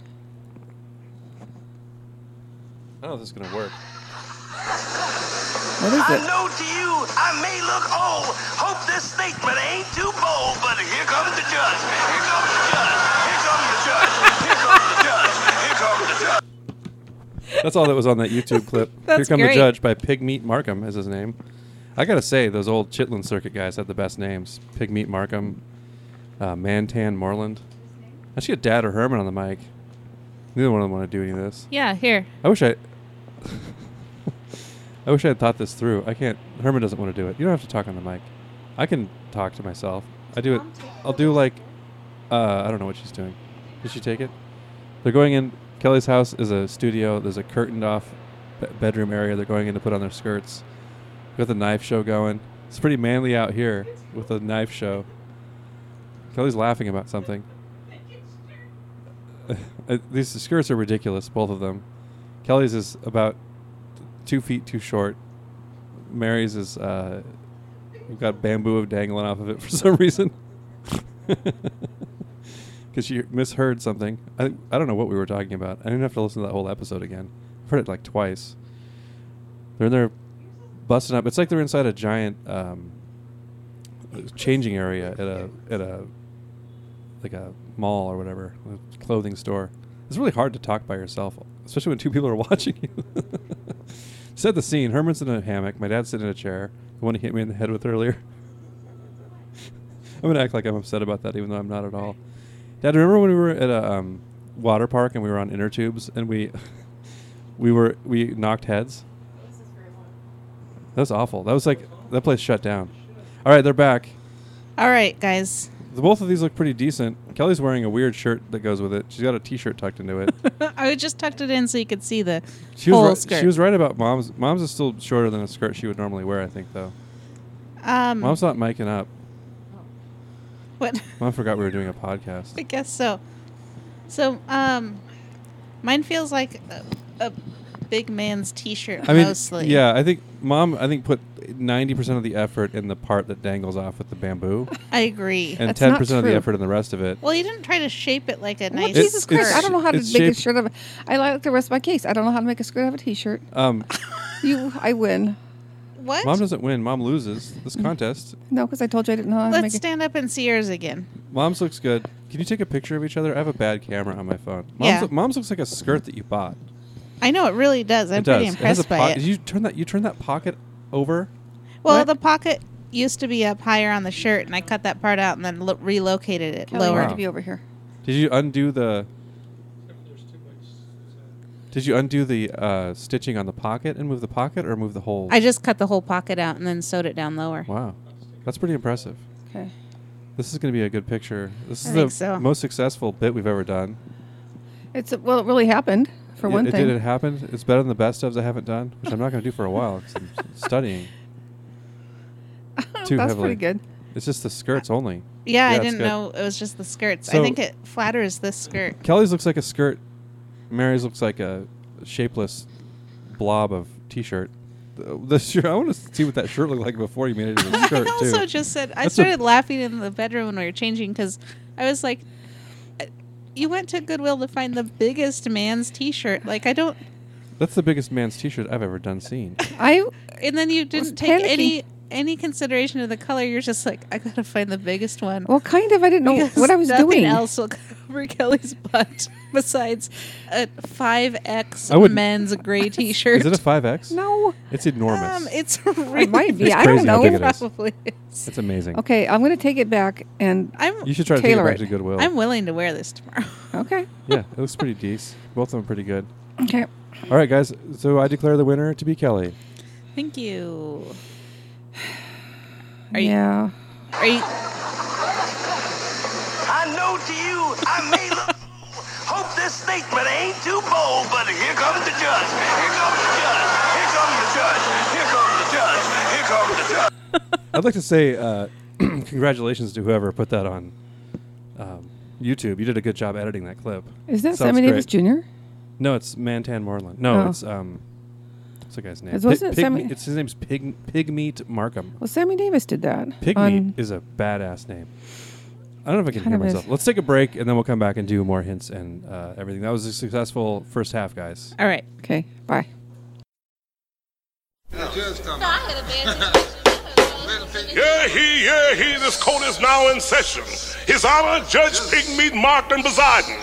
S2: I don't know if this is gonna work.
S3: What is
S4: I
S3: it?
S4: know to you, I may look old. Hope this statement ain't too bold, but here comes the judge. Here comes the judge. Here comes the judge. Here comes the judge. Here comes the judge.
S2: That's all that was on that YouTube clip. Here
S1: That's
S2: Come the
S1: great.
S2: Judge by Pig Meat Markham is his name. I gotta say, those old Chitlin Circuit guys have the best names. Pig Meat Markham, uh, Mantan Moreland. I should get Dad or Herman on the mic. Neither one of them want to do any of this.
S1: Yeah. Here.
S2: I wish I. I wish I had thought this through. I can't. Herman doesn't want to do it. You don't have to talk on the mic. I can talk to myself. I do it. I'll do like. Uh, I don't know what she's doing. Did she take it? They're going in. Kelly's house is a studio. There's a curtained off be- bedroom area. They're going in to put on their skirts. We got the knife show going. It's pretty manly out here with the knife show. Kelly's laughing about something. Uh, These skirts are ridiculous, both of them. Kelly's is about two feet too short. Mary's is uh, we've got bamboo dangling off of it for some reason because she misheard something. I I don't know what we were talking about. I didn't have to listen to that whole episode again. I've heard it like twice. They're in there busting up. It's like they're inside a giant um, changing area at a at a like a mall or whatever, a clothing store. It's really hard to talk by yourself, especially when two people are watching you. Set the scene. Herman's in a hammock. My dad's sitting in a chair. The one he hit me in the head with earlier. I'm gonna act like I'm upset about that, even though I'm not at all. Dad, remember when we were at a um, water park and we were on inner tubes and we we were we knocked heads. That was awful. That was like that place shut down. All right, they're back.
S1: All right, guys.
S2: The both of these look pretty decent. Kelly's wearing a weird shirt that goes with it. She's got a T-shirt tucked into it.
S1: I just tucked it in so you could see the
S2: She
S1: whole
S2: was right,
S1: skirt.
S2: she was right about mom's. Mom's is still shorter than a skirt she would normally wear. I think though.
S1: um,
S2: Mom's not miking up.
S1: what?
S2: Mom forgot we were doing a podcast.
S1: I guess so. So, um, mine feels like a, a big man's T-shirt
S2: I mean,
S1: mostly.
S2: yeah, I think mom. I think put ninety percent of the effort in the part that dangles off with the bamboo,
S1: I agree.
S2: and
S3: That's not
S2: ten percent of the
S3: true.
S2: effort in the rest of it.
S1: well, you didn't try to shape it like a
S3: Well,
S1: nice.
S3: Jesus
S2: It's-
S3: Christ! I don't know how to
S2: it's
S3: make
S2: shaped-
S3: a shirt of. I like the rest of my case. I don't know how to make a skirt out of a T-shirt.
S2: Um,
S3: You, I win.
S1: What?
S2: mom doesn't win. Mom loses this
S1: Mm.
S2: contest.
S3: No, because I told you I didn't know how to
S1: Let's
S3: make it.
S1: stand up and see yours again.
S2: Mom's looks good. Can you take a picture of each other? I have a bad camera on my phone. Mom's,
S1: Yeah.
S2: look- mom's looks like a skirt that you bought.
S1: I know it really does. I'm
S2: it
S1: pretty
S2: does. It has
S1: impressed
S2: a
S1: by
S2: pocket.
S1: it.
S2: Did you turn that? You turn that pocket over.
S1: well,
S2: What?
S1: the pocket used to be up higher on the shirt, and I cut that part out and then lo- relocated it
S3: Kelly, you
S1: lower.
S3: have to be over here.
S2: Did you undo the? Did you undo the uh, stitching on the pocket and move the pocket, or move the whole?
S1: I just cut the whole pocket out and then sewed it down lower.
S2: wow, that's pretty impressive.
S3: Okay.
S2: This is going to be a good picture. This
S1: I
S2: is the
S1: think so.
S2: most successful bit we've ever done.
S3: It's well, it really happened for
S2: Yeah,
S3: one
S2: it
S3: thing.
S2: did. It happened. It's better than the best ofs I haven't done, which I'm not going to do for a while because I'm s- studying. too
S3: That's
S2: heavily.
S3: pretty good.
S2: It's just the skirts only.
S1: Yeah, I
S2: it's
S1: didn't
S2: good.
S1: know it was just the skirts.
S2: So-
S1: I think it flatters this skirt.
S2: Kelly's looks like a skirt. Mary's looks like a shapeless blob of t-shirt. The, the shirt. I want to see what that shirt looked like before you made it into a
S1: I
S2: shirt
S1: also
S2: too.
S1: just said I
S2: That's a-
S1: started laughing in the bedroom when we were changing because I was like, I- "You went to Goodwill to find the biggest man's T-shirt. Like I don't."
S2: That's the biggest man's t-shirt I've ever done seen.
S3: I
S1: And then you didn't
S3: was
S1: take
S3: panicking.
S1: any any consideration of the color. You're just like, I gotta find the biggest one.
S3: well, kind of. I didn't know
S1: Because
S3: what I was
S1: nothing
S3: doing.
S1: else will cover Kelly's butt besides a five X
S2: I wouldn't-
S1: men's gray T-shirt.
S2: Is it a 5x?
S3: No.
S2: It's enormous.
S1: um, it's really
S3: It might be.
S2: It's
S3: I don't
S2: crazy how
S3: know.
S2: big it is.
S1: probably is.
S2: it's amazing.
S3: Okay, I'm going to take it back and
S1: I'm
S2: You should try to take it
S3: Tailor
S2: back
S3: it.
S2: to Goodwill.
S1: I'm willing to wear this tomorrow.
S3: okay,
S2: yeah, it looks pretty decent. Both of them are pretty good.
S3: okay.
S2: All right, guys. So I declare the winner to be Kelly.
S1: Thank you. Are you?
S3: yeah.
S1: Are you?
S4: I know to you, I may look. Hope this statement ain't too bold, but here comes the judge. Here comes the judge. Here comes the judge. Here comes the judge. Here comes the judge.
S2: I'd like to say uh, congratulations to whoever put that on um, YouTube. You did a good job editing that clip.
S3: Is that
S2: Sounds
S3: Sammy Davis
S2: great.
S3: Jr.?
S2: No, it's Mantan Moreland. No,
S3: Oh.
S2: it's um, what's the guy's name?
S3: Is- wasn't it
S2: Pigme-
S3: Sammy-
S2: it's his name's Pig Pigmeat Markham.
S3: Well, Sammy Davis did that.
S2: Pigmeat
S3: on-
S2: is a badass name. I don't know if I can
S3: Kind
S2: hear
S3: of is.
S2: myself. Let's take a break and then we'll come back and do more hints and uh, everything. That was a successful first half, guys.
S1: All right.
S3: okay, bye.
S5: Yeah, he, yeah, he, this court is now in session. His Honor, Judge Pigmeat Markton Poseidon.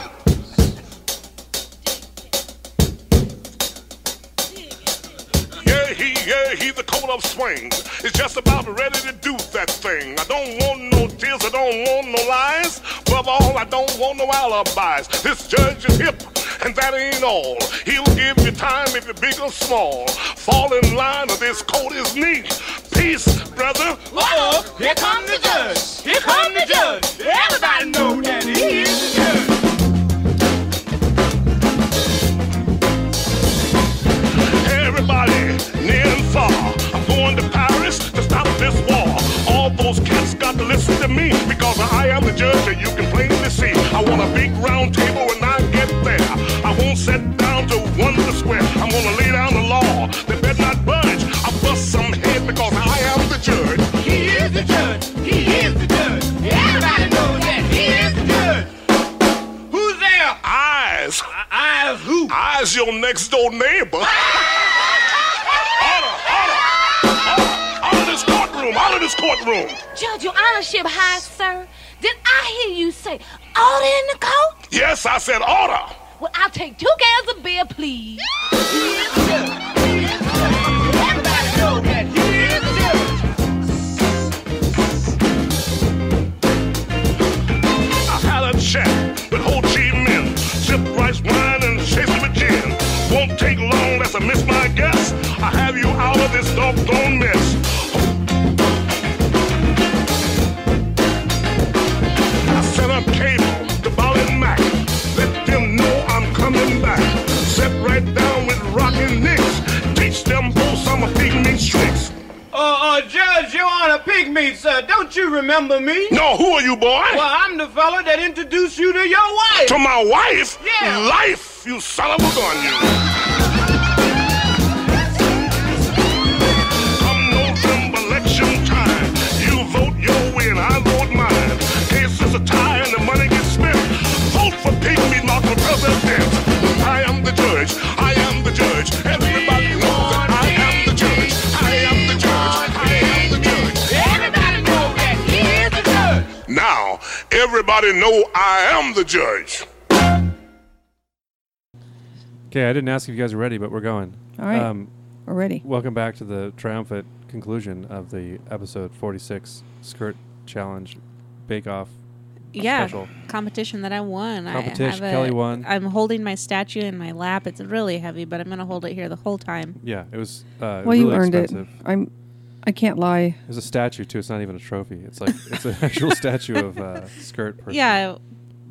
S5: Yeah, he, yeah, he, the coat of swings is just about ready to do that thing. I don't want no tears, I don't want no lies. Above all, I don't want no alibis. This judge is hip, and that ain't all. He'll give you time if you're big or small. Fall in line, or this coat is neat. Peace, brother.
S6: Uh-oh, here comes the judge. Here comes the judge. Everybody know that he is the judge.
S5: Everybody, near and far, I'm going to Paris to stop this war. All those cats got to listen to me because I am the judge, and you can plainly see. I want a big round table when I get there. I won't sit down to one to square. I'm gonna lay down the law. They better not budge. I bust some head because I am the judge.
S6: He is the judge. He is the judge. Everybody know that he is the judge. Who's there?
S5: Eyes,
S6: Eyes who?
S5: eyes, your next door neighbor. Honor, honor, honor, honor this courtroom. courtroom, out of this courtroom.
S7: Judge, your honorship high, sir. Did I hear you say order in the court?
S5: Yes, I said order.
S7: Well, I'll take two cans of beer, please. Everybody know that he is the judge.
S5: I had a chat with Ho Chi Minh. Sip rice wine and chase him with gin. Won't take long, that's a miss, my guess. I have you out of this doggone mess. I set up cable to Ball and Mac. Let them know I'm coming back. Sit right down with rockin' nicks. Teach them who some of big meat tricks.
S8: Uh, uh, Judge, you're on a pigmeat, sir. Don't you remember me?
S5: No, who are you, boy?
S8: Well, I'm the fella that introduced you to your wife.
S5: To my wife?
S8: Yeah.
S5: Life, you son of a gun, you. Come November election time, you vote your way and I vote mine. Case is a tie and the money gets spent. Vote for Pinky, not for president. I am the judge. I am the judge. Everybody knows that I am the judge. I am the judge. I am the judge.
S6: Everybody know that he is the judge.
S5: Now, everybody know I am the judge.
S2: Okay, I didn't ask if you guys are ready, but we're going. Um,
S3: All right. We're ready.
S2: welcome back to the triumphant conclusion of the episode 46 skirt challenge bake off.
S1: yeah
S2: special.
S1: competition that I won. I have
S2: Competition,
S1: a,
S2: Kelly won.
S1: I'm holding my statue in my lap. It's really heavy, but I'm gonna hold it here the whole time.
S2: Yeah, it was. Uh,
S3: Well, you
S2: really
S3: earned
S2: expensive.
S3: it. I'm. I can't lie.
S2: There's a statue too. It's not even a trophy. It's like it's an actual statue of uh, skirt person.
S1: Yeah,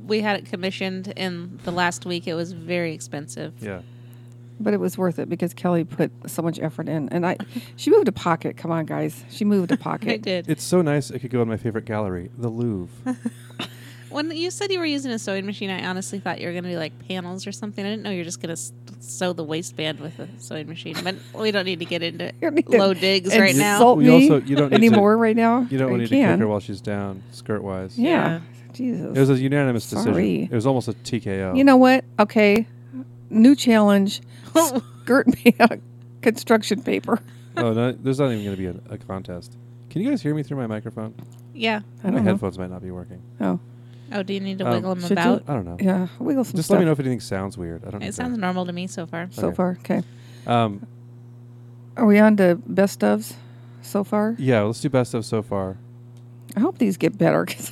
S1: we had it commissioned in the last week. It was very expensive.
S2: Yeah.
S3: But it was worth it because Kelly put so much effort in, and I, she moved a pocket. Come on, guys, she moved a pocket.
S1: I did.
S2: It's so nice. It could go in my favorite gallery, the Louvre.
S1: When you said you were using a sewing machine, I honestly thought you were going to do like panels or something. I didn't know you were just going to s- sew the waistband with a sewing machine. But we don't need to get into
S3: You don't need to
S1: low digs right now.
S3: insult
S2: We
S3: me
S2: also- you don't need to-
S3: anymore right now.
S2: You don't
S3: Or
S2: want to
S3: can.
S2: kick her while she's down, skirt wise.
S3: Yeah.
S1: Yeah.
S3: Jesus.
S2: It was a unanimous
S3: Sorry.
S2: decision. It was almost a TKO.
S3: you know what? Okay. New challenge. Skirt made out of construction paper.
S2: oh no, there's not even going to be a, a contest. Can you guys hear me through my microphone?
S1: Yeah.
S3: I
S2: my
S3: don't know.
S2: headphones might not be working.
S3: Oh,
S1: Oh, do you need to
S2: Um,
S1: wiggle them
S3: should you-
S1: about?
S2: I don't know.
S3: yeah. Wiggle some
S2: Just
S3: stuff
S2: let me know if anything sounds weird. I don't. know.
S1: It sounds normal to me so far.
S3: so
S2: okay.
S3: far. Okay.
S2: Um,
S3: Are we on to best ofs so far?
S2: yeah, let's do best of so far.
S3: I hope these get better. 'cause-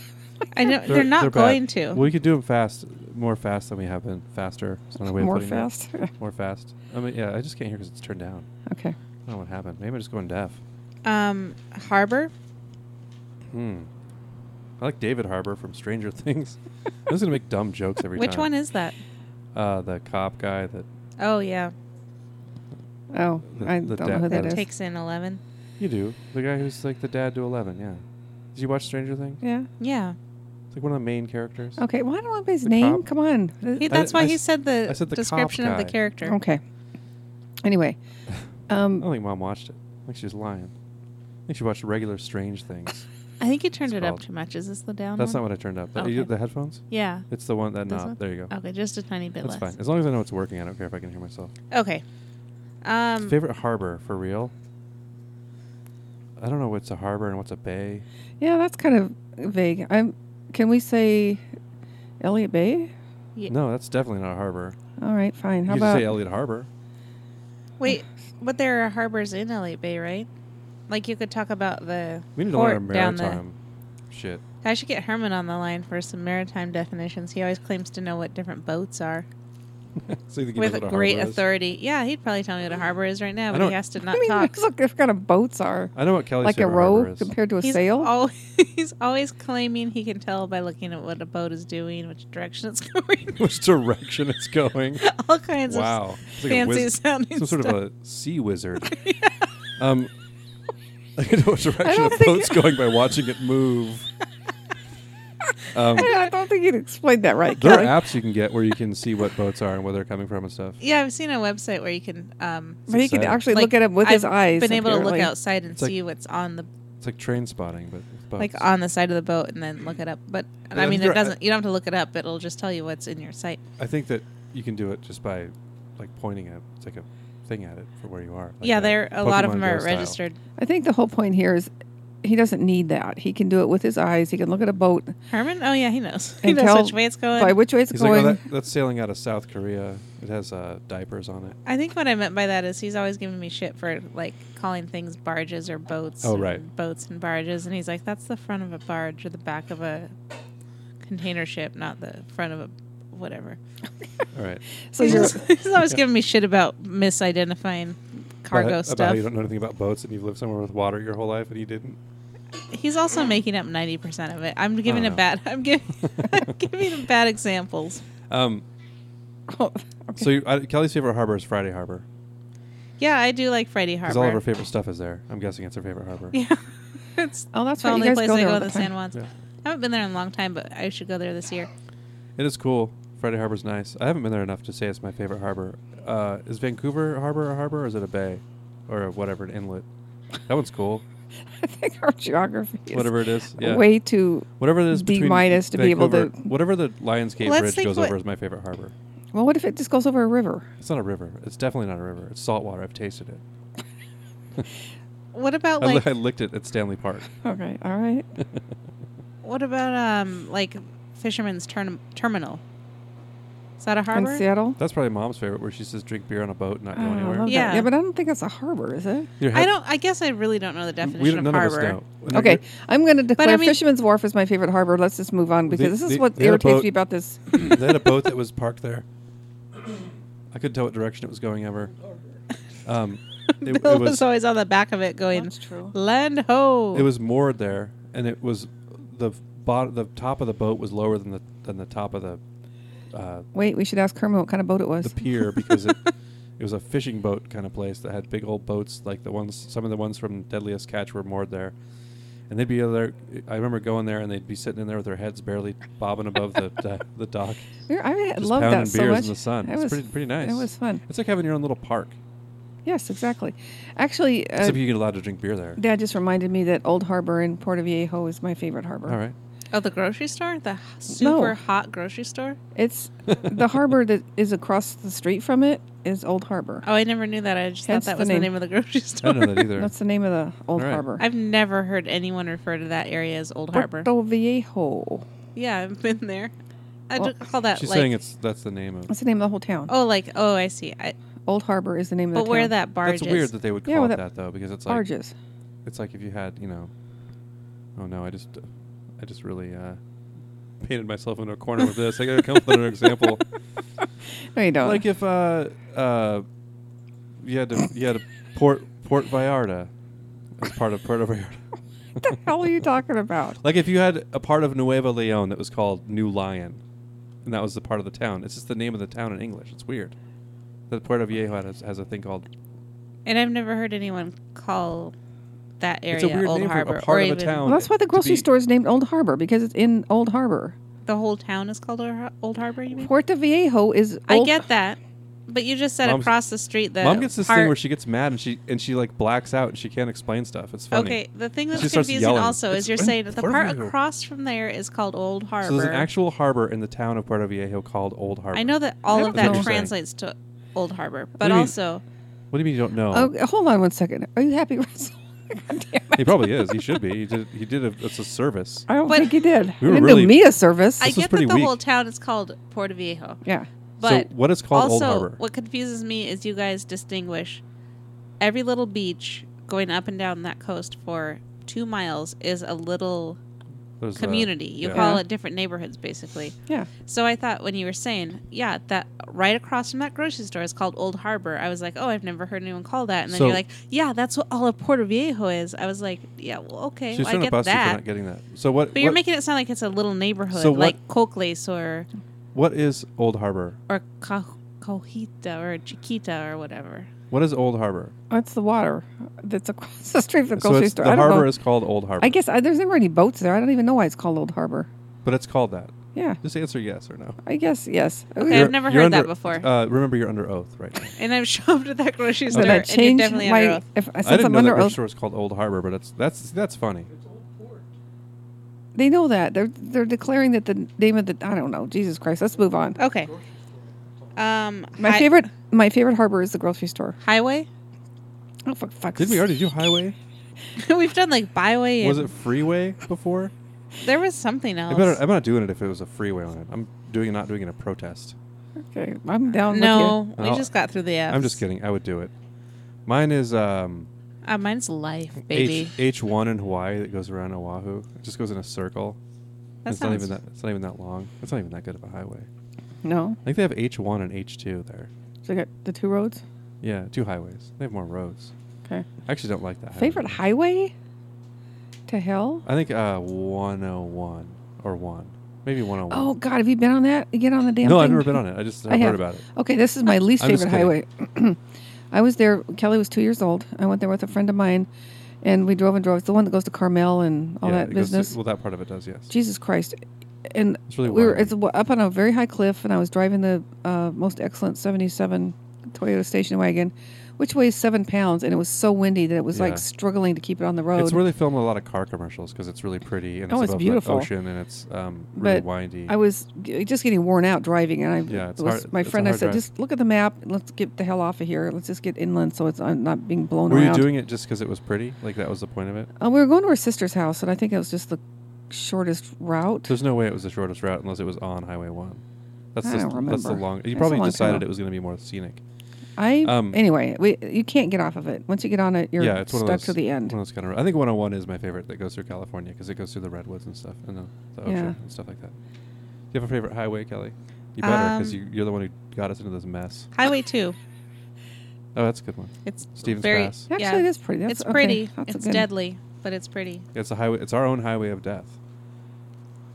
S1: I don't, they're, not
S2: bad.
S1: going to.
S2: Well, we could do them fast, more fast than we have been. Faster. It's not a way of
S3: More
S2: putting that.
S3: fast?
S2: More fast. I mean, yeah, I just can't hear because it's turned down.
S3: okay.
S2: I don't know what happened. Maybe I'm just going deaf.
S1: Um, Harbor.
S2: Hmm. I like David Harbour from Stranger Things. I'm just gonna make dumb jokes every
S1: Which
S2: time.
S1: one is that?
S2: uh, the cop guy that
S1: Oh yeah,
S3: Oh,
S2: The-
S3: I
S2: the
S3: don't know
S2: da-
S3: who that
S2: that-
S3: is.
S1: takes in eleven.
S2: you do the guy who's like the dad to Eleven? Yeah. Did you watch Stranger Things?
S3: yeah.
S1: Yeah,
S2: It's like one of the main characters.
S3: Okay. Why don't I know his
S2: The
S3: name?
S2: cop?
S3: Come on.
S1: he, that's why
S2: I
S1: he
S2: s-
S1: said the,
S2: I said the cop
S1: description of the
S2: guy.
S1: character.
S3: Okay. Anyway.
S2: I
S3: Um,
S2: don't think Mom watched it. I think she was lying. I think she watched regular Strange Things.
S1: I think you turned
S2: It's
S1: it up
S2: called-
S1: too much. Is this the down?
S2: That's not
S1: one?
S2: what I turned up. That-
S1: Um,
S2: you-
S1: Okay.
S2: the headphones?
S1: Yeah.
S2: It's the one that
S1: This
S2: knob.
S1: one?
S2: There you go.
S1: Okay, just a tiny bit
S2: That's
S1: less.
S2: fine. As long as I know it's working, I don't care if I can hear myself.
S1: Okay. Um,
S2: Favorite harbor for real? I don't know what's a harbor and what's a bay.
S3: yeah, that's kind of vague. I'm. Can we say Elliot Bay?
S1: Yeah.
S2: No, that's definitely not a harbor.
S3: All right, fine. How
S2: you
S3: about
S2: just say Elliott Harbor.
S1: wait, but there are harbors in LA Bay, right? Like you could talk about the
S2: We need to
S1: port
S2: learn our
S1: down
S2: maritime shit.
S1: the. I should get Herman on the line for some maritime definitions. He always claims to know what different boats are
S2: so you think he knows
S1: with
S2: what a
S1: great
S2: harbor is? Mm.
S1: authority. Yeah, he'd probably tell me what a harbor is right now, but
S2: don't-
S1: he has to
S3: I
S1: not
S3: mean,
S1: talk.
S3: look, what kind of boats are
S2: I know what Kelly's
S3: like a
S2: favorite harbor
S3: row
S2: is.
S3: compared to a
S1: He's,
S3: sail.
S1: al- he's always claiming he can tell by looking at what a boat is doing, which direction it's going,
S2: Which direction it's going?
S1: all kinds of
S2: wow, It's like a
S1: fancy
S2: wiz-
S1: sounding
S2: Some sort
S1: stuff.
S2: of a sea wizard. Um, I know what direction a
S3: don't think-
S2: boat's going by watching it move. Um,
S3: I don't think you'd explain that right,
S2: there
S3: Kelly.
S2: are apps you can get where you can see what boats are and where they're coming from and stuff.
S1: Yeah, I've seen a website where you can um
S3: but he could
S2: exciting.
S3: actually
S1: like,
S3: look at it with his
S1: I've
S3: eyes.
S1: Been able to
S3: apparently.
S1: look outside and
S2: It's like-
S1: see what's on the
S2: It's like train spotting, but with boats.
S1: like on the side of the boat and then look it up. But and I
S2: Yeah,
S1: mean,
S2: you're-
S1: it doesn't. You don't have to look it up. It'll just tell you what's in your sight.
S2: I think that you can do it just by like pointing at it's like a thing at it for where you are. like
S1: yeah,
S2: a
S1: there. A lot of
S2: Pokemon
S1: them are
S2: Go style.
S1: registered.
S3: I think the whole point here is he doesn't need that. He can do it with his eyes. He can look at a boat
S1: Herman? Oh yeah, he knows. He
S3: and
S1: knows
S3: tell
S1: which way it's going.
S3: by which way it's
S2: He's like,
S3: going.
S2: oh, that, that's sailing out of South Korea. It has uh, diapers on it.
S1: I think what I meant by that is he's always giving me shit for like calling things barges or boats.
S2: Oh,
S1: and
S2: right.
S1: Boats and barges, and he's like, that's the front of a barge or the back of a container ship, not the front of a whatever.
S2: All right.
S3: so
S1: he's,
S3: you're
S1: just- he's always giving me shit about misidentifying cargo
S2: about,
S1: stuff.
S2: About how uh, you don't know anything about boats and you've lived somewhere with water your whole life and you didn't.
S1: He's also making up ninety percent of it. I'm giving
S2: Oh,
S1: a
S2: no.
S1: bad. I'm giving. I'm giving him bad examples.
S2: Um, so you, I, Kelly's favorite harbor is Friday Harbor
S1: Yeah, I do like Friday
S2: because
S1: Harbor.
S2: all of her favorite stuff is there. I'm guessing it's her favorite harbor.
S1: Yeah, it's
S3: oh, that's
S1: the
S3: right. You
S1: only
S3: guys
S1: place
S3: go
S1: I
S3: there
S1: go
S3: all
S1: to
S3: the
S1: the San
S3: time.
S1: Juan.
S2: Yeah.
S1: I haven't been there in a long time, but I should go there this year.
S2: It is cool. Friday Harbor's nice. I haven't been there enough to say it's my favorite harbor. Uh, is Vancouver Harbor a harbor or is it a bay or a whatever an inlet? That one's cool.
S3: I think our geography is
S2: whatever it is, yeah.
S3: way too.
S2: whatever it is
S3: D
S2: between
S3: minus to be able to-
S2: Vancouver- whatever the Lionsgate
S1: Let's
S2: Bridge
S1: think
S2: goes
S1: what-
S2: over is my favorite harbor.
S3: Well, what if it just goes over a river?
S2: It's not a river. It's definitely not a river. It's salt water. I've tasted it.
S1: What about
S2: I li-
S1: like
S2: I licked it at Stanley Park.
S3: Okay, all right.
S1: what about um like Fisherman's Turn Terminal? Is that a
S3: In
S1: harbor?
S3: Seattle.
S2: That's probably mom's favorite, where she says drink beer on a boat and not
S3: Oh,
S2: go
S3: I
S2: anywhere.
S3: love that.
S1: Yeah.
S3: yeah, but I don't think that's a harbor, is it?
S2: Your
S1: I
S2: head-
S1: don't. I guess I really don't know the definition
S2: We don't,
S1: of
S2: none
S1: harbor.
S2: of us know.
S3: Okay, I'm going to declare
S1: mean-
S3: Fisherman's Wharf is my favorite harbor. Let's just move on because this is
S2: the-
S3: what
S2: the other
S3: irritates
S2: boat-
S3: me about this.
S2: they had a boat that was parked there. I couldn't tell what direction it was going ever. Um, it, it
S1: Bill was,
S2: was
S1: always on the back of it going.
S3: That's true.
S1: Land ho!
S2: it was moored there, and it was the bot the top of the boat was lower than the than the top of the uh,
S3: Wait, we should ask Herman what kind of boat it was.
S2: the pier because it it was a fishing boat kind of place that had big old boats like the ones some of the ones from Deadliest Catch were moored there. And they'd be there. I remember going there, and they'd be sitting in there with their heads barely bobbing above the the, the dock.
S3: We were- I really
S2: Just
S3: loved
S2: pounding
S3: that so
S2: beers
S3: much.
S2: in the sun.
S3: It
S2: It's
S3: was
S2: pretty pretty nice.
S3: It was fun. Uh,
S2: It's like having your own little park,
S3: Yes, exactly. Actually, uh,
S2: except you get allowed to drink beer there.
S3: Dad just reminded me that Old Harbor in Puerto Viejo is my favorite harbor.
S2: All right.
S1: oh, the grocery store, the h- super hot grocery store.
S3: It's the harbor that is across the street from it is Old Harbor.
S1: Oh, I never knew that. I just
S3: Hence
S1: thought that
S3: the
S1: was
S3: name.
S1: the name of the grocery
S2: I
S1: store.
S2: don't know that either.
S3: That's the name of the Old
S2: All right.
S3: Harbor.
S1: I've never heard anyone refer to that area as Old Harbor.
S3: Puerto Viejo.
S1: Yeah, I've been there. I
S3: Well,
S1: do call that
S2: She's
S1: like
S2: saying it's that's the name of.
S3: That's the name of the whole town.
S1: oh, like oh, I see. I,
S3: Old Harbor is the name of the
S1: but where
S3: town.
S1: that barge
S2: That's
S1: is.
S2: weird that they would call
S3: Yeah,
S2: it
S3: well,
S2: that,
S3: that-
S2: though, because it's like
S3: Barges.
S2: it's like if you had you know. Oh no! I just I just really uh, painted myself into a corner with this. I got to come up with an example.
S3: No, you don't.
S2: Like if uh uh you had to you had a port Port Vallarta as part of Puerto Vallarta.
S3: what the hell are you talking about?
S2: Like if you had a part of Nueva Leon that was called New Lion, and that was the part of the town. It's just the name of the town in English. It's weird. That Puerto Viejo has, has a thing called.
S1: And I've never heard anyone call that area
S2: It's a weird
S1: Old
S2: name
S1: Harbor
S2: for a part
S1: or
S2: of a
S1: even
S2: town.
S3: Well, that's why the
S2: to
S3: grocery
S2: be-
S3: store is named Old Harbor because it's in Old Harbor.
S1: the whole town is called Or- Old Harbor. You mean?
S3: Puerto Viejo is. Old
S1: I get that, but you just said
S2: Mom's-
S1: across the street. The
S2: Mom gets this
S1: part-
S2: thing where she gets mad and she and she like blacks out and she can't explain stuff. It's funny.
S1: Okay, the thing that's
S2: She starts
S1: confusing
S2: yelling.
S1: also
S2: It's
S1: is you're
S2: in
S1: saying that the
S2: Puerto
S1: part
S2: Rico.
S1: across from there is called Old Harbor.
S2: So there's an actual harbor in the town of Puerto Viejo called Old Harbor.
S1: I know that all
S3: I
S1: of
S3: don't
S1: that
S3: know. That's
S2: what you're
S1: translates to Old Harbor, but
S2: do you mean?
S1: also
S2: What do you mean you don't know?
S3: Oh, hold on one second. Are you happy, Russell? God damn it.
S2: He probably is. He should be. He did. He did. A, it's a service.
S3: I don't
S1: But-
S3: think you did.
S2: We
S3: you
S2: were
S3: didn't
S2: really-
S3: do me a service.
S1: I
S2: This was
S1: get that
S2: pretty
S1: the
S2: weak.
S1: whole town is called Puerto Viejo.
S3: yeah.
S1: But
S2: so what is called
S1: also,
S2: Old Harbor?
S1: what confuses me is you guys distinguish every little beach going up and down that coast for two miles is a little
S2: There's a-
S1: community. you
S2: yeah.
S1: call
S3: Yeah.
S1: it different neighborhoods, basically.
S3: Yeah.
S1: So I thought when you were saying, yeah, that right across from that grocery store is called Old Harbor, I was like, oh, I've never heard anyone call that. And then
S2: So-
S1: you're like, yeah, that's what all of Puerto Viejo is. I was like, yeah, well, okay,
S2: She's
S1: well, I
S2: trying to
S1: get
S2: bust you for
S1: that.
S2: not getting that. So what?
S1: but you're
S2: what-
S1: making it sound like it's a little neighborhood,
S2: So what-
S1: like Cocles or
S2: what is Old Harbor?
S1: or Ca- Cojita or Chiquita or whatever.
S2: What is Old Harbor?
S3: That's the water that's across the street from the
S2: So
S3: grocery
S2: it's,
S3: store.
S2: the
S3: I don't
S2: harbor
S3: know.
S2: is called Old Harbor.
S3: I guess I, there's never any boats there. I don't even know why it's called Old Harbor.
S2: but it's called that.
S3: Yeah.
S2: Just answer yes or no.
S3: I guess yes.
S1: Okay,
S2: You're-
S1: I've never
S2: you're
S1: heard that
S2: under-
S1: before.
S2: Uh, remember, you're under oath right now.
S1: and I've shopped at that grocery store,
S3: But I
S1: and you're
S3: changed
S1: definitely under
S3: my.
S1: oath.
S3: If, since
S2: I didn't
S3: I'm
S2: know that
S3: under
S2: grocery
S3: oath,
S2: store was called Old Harbor, but it's that's that's funny.
S3: they know that they're they're declaring that the name of the I don't know. Jesus Christ, let's move on.
S1: Okay. Um,
S3: My
S1: hi-
S3: favorite my favorite harbor is the grocery store.
S1: highway.
S3: Oh fuck, fuck.
S2: Did we already do highway?
S1: We've done like byway.
S2: Was
S1: and-
S2: it freeway before?
S1: There was something else.
S2: I better, I'm not doing it if it was a freeway on it. I'm doing not doing it a protest.
S3: Okay, I'm down with
S1: no, we
S2: I'll-
S1: just got through the F.
S2: I'm just kidding. I would do it. Mine is um,
S1: Uh, mine's life, baby.
S2: H H one in Hawaii that goes around Oahu. It just goes in a circle.
S1: That
S2: it's not even
S1: sounds-
S2: that. It's not even that long. It's not even that good of a highway.
S3: you. No,
S2: I think they have H one and H two there.
S3: so I got the two roads.
S2: Yeah, two highways. They have more roads.
S3: Okay,
S2: I actually don't like that. highway.
S3: favorite highway to hell.
S2: I think uh, 101 or one, maybe 101.
S3: Oh God, have you been on that? You get on the damn.
S2: no,
S3: thing?
S2: I've never been on it. I just
S3: I
S2: I've heard
S3: have.
S2: about it.
S3: Okay, this is my least
S2: I'm just
S3: favorite highway. I was there. Kelly was two years old. I went there with a friend of mine, and we drove and drove. It's the one that goes to Carmel and all
S2: yeah,
S3: that
S2: it goes to-
S3: business.
S2: well, that part of it does. Yes.
S3: Jesus Christ! And
S2: It's really
S3: we were
S2: wide.
S3: it's w- up on a very high cliff, and I was driving the uh, most excellent '77 Toyota station wagon, which weighs seven pounds, and it was so windy that it was
S2: Yeah.
S3: like struggling to keep it on the road.
S2: It's where they film a lot of car commercials because it's really pretty and
S3: Oh,
S2: it's,
S3: it's
S2: above
S3: beautiful.
S2: the ocean and it's um, really
S3: but
S2: windy.
S3: I was g- just getting worn out driving, and I
S2: Yeah, it's
S3: it was
S2: hard-
S3: my
S2: it's a
S3: friend. I
S2: hard
S3: said,
S2: drive.
S3: "Just look at the map. and Let's get the hell off of here. Let's just get inland, so it's I'm not being blown
S2: Were
S3: around."
S2: you doing it just because it was pretty? Like that was the point of it?
S3: Uh, we were going to her sister's house, and I think it was just the shortest route.
S2: There's no way it was the shortest route unless it was on Highway One. That's
S3: I
S2: the,
S3: don't
S2: that's the
S3: remember.
S2: long. You
S3: It's a
S2: probably
S3: long time
S2: decided
S3: ago.
S2: it was going to be more scenic.
S3: I
S2: um,
S3: anyway, we you can't get off of it. Once you get on it, you're
S2: yeah, it's one
S3: stuck
S2: of those,
S3: to the end.
S2: One of those kind of. I think 101 is my favorite that goes through California because it goes through the redwoods and stuff and the, the ocean
S3: Yeah.
S2: and stuff like that. Do you have a favorite highway, Kelly? You better because
S1: Um,
S2: you, you're the one who got us into this mess.
S1: Highway two.
S2: Oh, that's a good one.
S1: It's
S2: Stevens
S1: very.
S2: Pass.
S3: Actually,
S1: yeah.
S3: it is pretty. That's,
S1: it's
S3: okay,
S1: pretty.
S3: that's a
S1: it's
S3: good-
S1: deadly, but it's pretty.
S2: It's a highway. It's our own highway of death.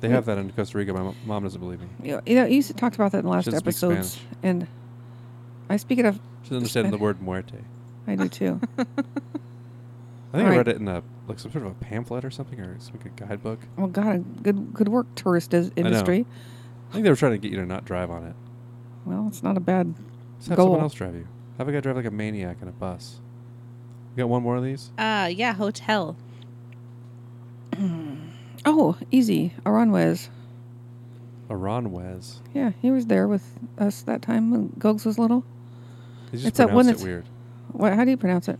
S2: They have that in Costa Rica. My mo- mom doesn't believe me.
S3: You know, you, know, you used to talk about that in the last
S2: Shouldn't speak
S3: episodes,
S2: Spanish.
S3: and I speak it of.
S2: She doesn't understand the word muerte.
S3: I do too.
S2: I think I
S3: Alright.
S2: read it in a like some sort of a pamphlet or something or some kind of guidebook.
S3: well, God, good good work, tourist is- industry.
S2: I think they were trying to get you to not drive on it.
S3: Well, it's not a bad.
S2: Just have
S3: Goal.
S2: someone else drive you. Have a guy drive like a maniac in a bus. You got one more of these?
S1: Uh, yeah, hotel.
S3: Oh, easy. Aranjuez.
S2: Iran Wes.
S3: Yeah, he was there with us that time when Gogs was little.
S2: They just
S3: It's that one
S2: pronounced
S3: that's-
S2: it weird.
S3: What, how do you pronounce it?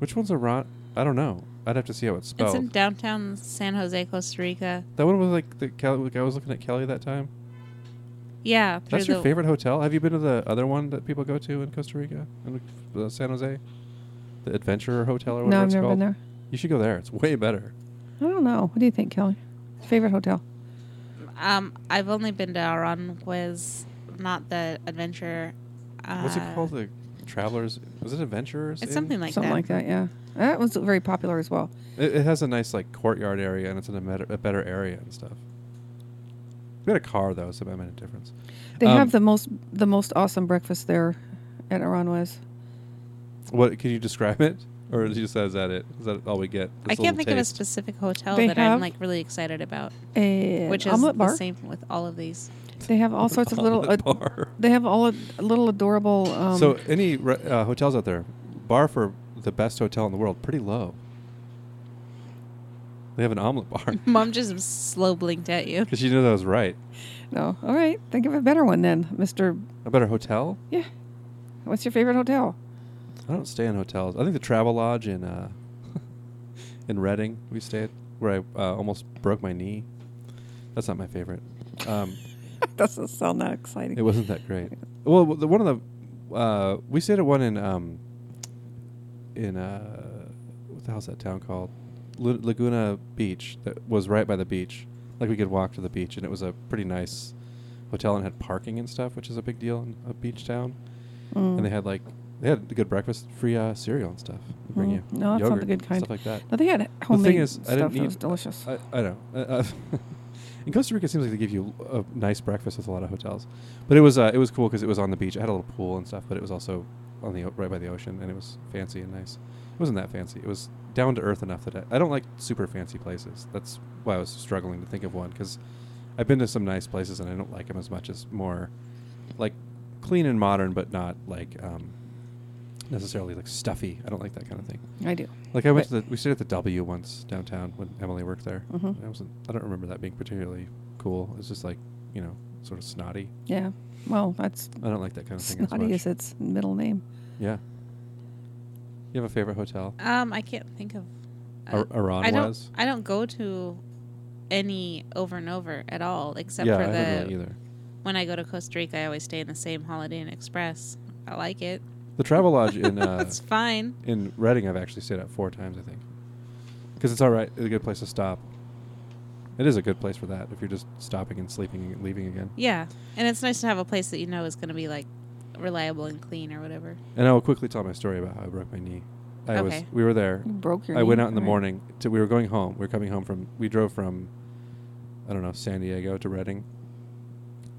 S2: Which one's Iran? I don't know. I'd have to see how it's
S1: It's
S2: spelled.
S1: in downtown San Jose, Costa Rica.
S2: that one was like the Kelly. I was looking at Kelly that time.
S1: Yeah, through
S2: That's your
S1: the-
S2: favorite hotel. Have you been to the other one that people go to in Costa Rica, in uh, San Jose, the Adventurer Hotel or whatever
S3: No, I've
S2: it's
S3: never
S2: called?
S3: been there.
S2: You should go there. It's way better.
S3: I don't know. What do you think, Kelly? Favorite hotel?
S1: Um, I've only been to Aranjuez, not the adventure. Uh,
S2: What's it called? The Travelers? Was it Adventurers?
S1: It's
S2: Inn?
S1: something like
S3: Something
S1: that.
S3: like that. Yeah, that was very popular as well.
S2: It, it has a nice like courtyard area, and it's in a, met- a better area and stuff. We had a car though, so that made a difference.
S3: They
S2: Um,
S3: have the most the most awesome breakfast there at Aranjuez.
S2: What can you describe it, or is just is that it? Is that all we get?
S1: I
S2: This
S1: can't
S2: little
S1: think of a
S2: taste?
S1: specific hotel
S3: They
S1: that I'm
S3: have-
S1: like really excited about,
S3: A
S1: which is
S3: omelet
S1: the
S3: bar.
S1: same with all of these.
S3: They have all sorts of little.
S2: Omelet
S3: ad-
S2: bar.
S3: they have all ad- little adorable. Um,
S2: so any re- uh, hotels out there, bar for the best hotel in the world, pretty low. They have an omelet bar
S1: Mom just slow blinked at you.
S2: because you knew that was right.
S3: no, all right. Think of a better one then, Mister.
S2: A better hotel?
S3: Yeah. What's your favorite hotel?
S2: I don't stay in hotels. I think the Travel Lodge in uh, in Reading we stayed where I uh, almost broke my knee. That's not my favorite. Um,
S3: Doesn't sound that exciting.
S2: it wasn't that great. Well, the one of the uh, we stayed at one in um, in uh, what the hell's that town called? L- Laguna Beach that was right by the beach. Like we could walk to the beach, and it was a pretty nice hotel and had parking and stuff, which is a big deal in a beach town.
S3: Mm.
S2: And they had like they had a good breakfast, free uh, cereal and stuff. They bring
S3: Mm.
S2: you
S3: No, that's not the
S2: yogurt,
S3: good kind.
S2: Stuff like that.
S3: No, they had homemade
S2: the thing is,
S3: stuff.
S2: I didn't need.
S3: that was delicious.
S2: I, I know. Uh, uh, in Costa Rica, it seems like they give you a nice breakfast with a lot of hotels, but it was uh, it was cool because it was on the beach. I had a little pool and stuff, but it was also on the o- right by the ocean, and it was fancy and nice. It wasn't that fancy. It was down to earth enough that I, I don't like super fancy places. That's why I was struggling to think of one because I've been to some nice places and I don't like them as much as more like clean and modern, but not like um, necessarily like stuffy. I don't like that kind of thing.
S3: I, do.
S2: Like I went to
S3: But-
S2: the we stayed at the W once downtown when Emily worked there.
S1: Mm-hmm.
S3: Mhm.
S2: I wasn't I don't remember that being particularly cool. It's just like you know sort of snotty.
S3: Yeah. Well, that's
S2: I don't like that kind of thing.
S3: snotty
S2: as
S3: as
S2: much.
S3: its middle name.
S2: Yeah. You have a favorite hotel?
S1: Um, I can't think of
S2: Ar- Iran
S1: I don't.
S2: was.
S1: I don't go to any over and over at all, except
S2: yeah,
S1: for
S2: I
S1: the
S2: don't really either.
S1: when I go to Costa Rica, I always stay in the same Holiday Inn Express. I like it.
S2: The travel lodge in uh,
S1: It's fine.
S2: in Reading, I've actually stayed at four times, I think, because it's all right. It's a good place to stop. It is a good place for that if you're just stopping and sleeping and leaving again.
S1: Yeah, and it's nice to have a place that you know is going to be like reliable and clean or whatever.
S2: And I will quickly tell my story about how I broke my knee. I was
S1: Okay. Mm-hmm.
S2: we were there.
S3: You broke your
S2: I went
S3: knee,
S2: out in the
S3: right.
S2: morning. To, we were going home. We were coming home from. We drove from, I don't know, San Diego to Reading,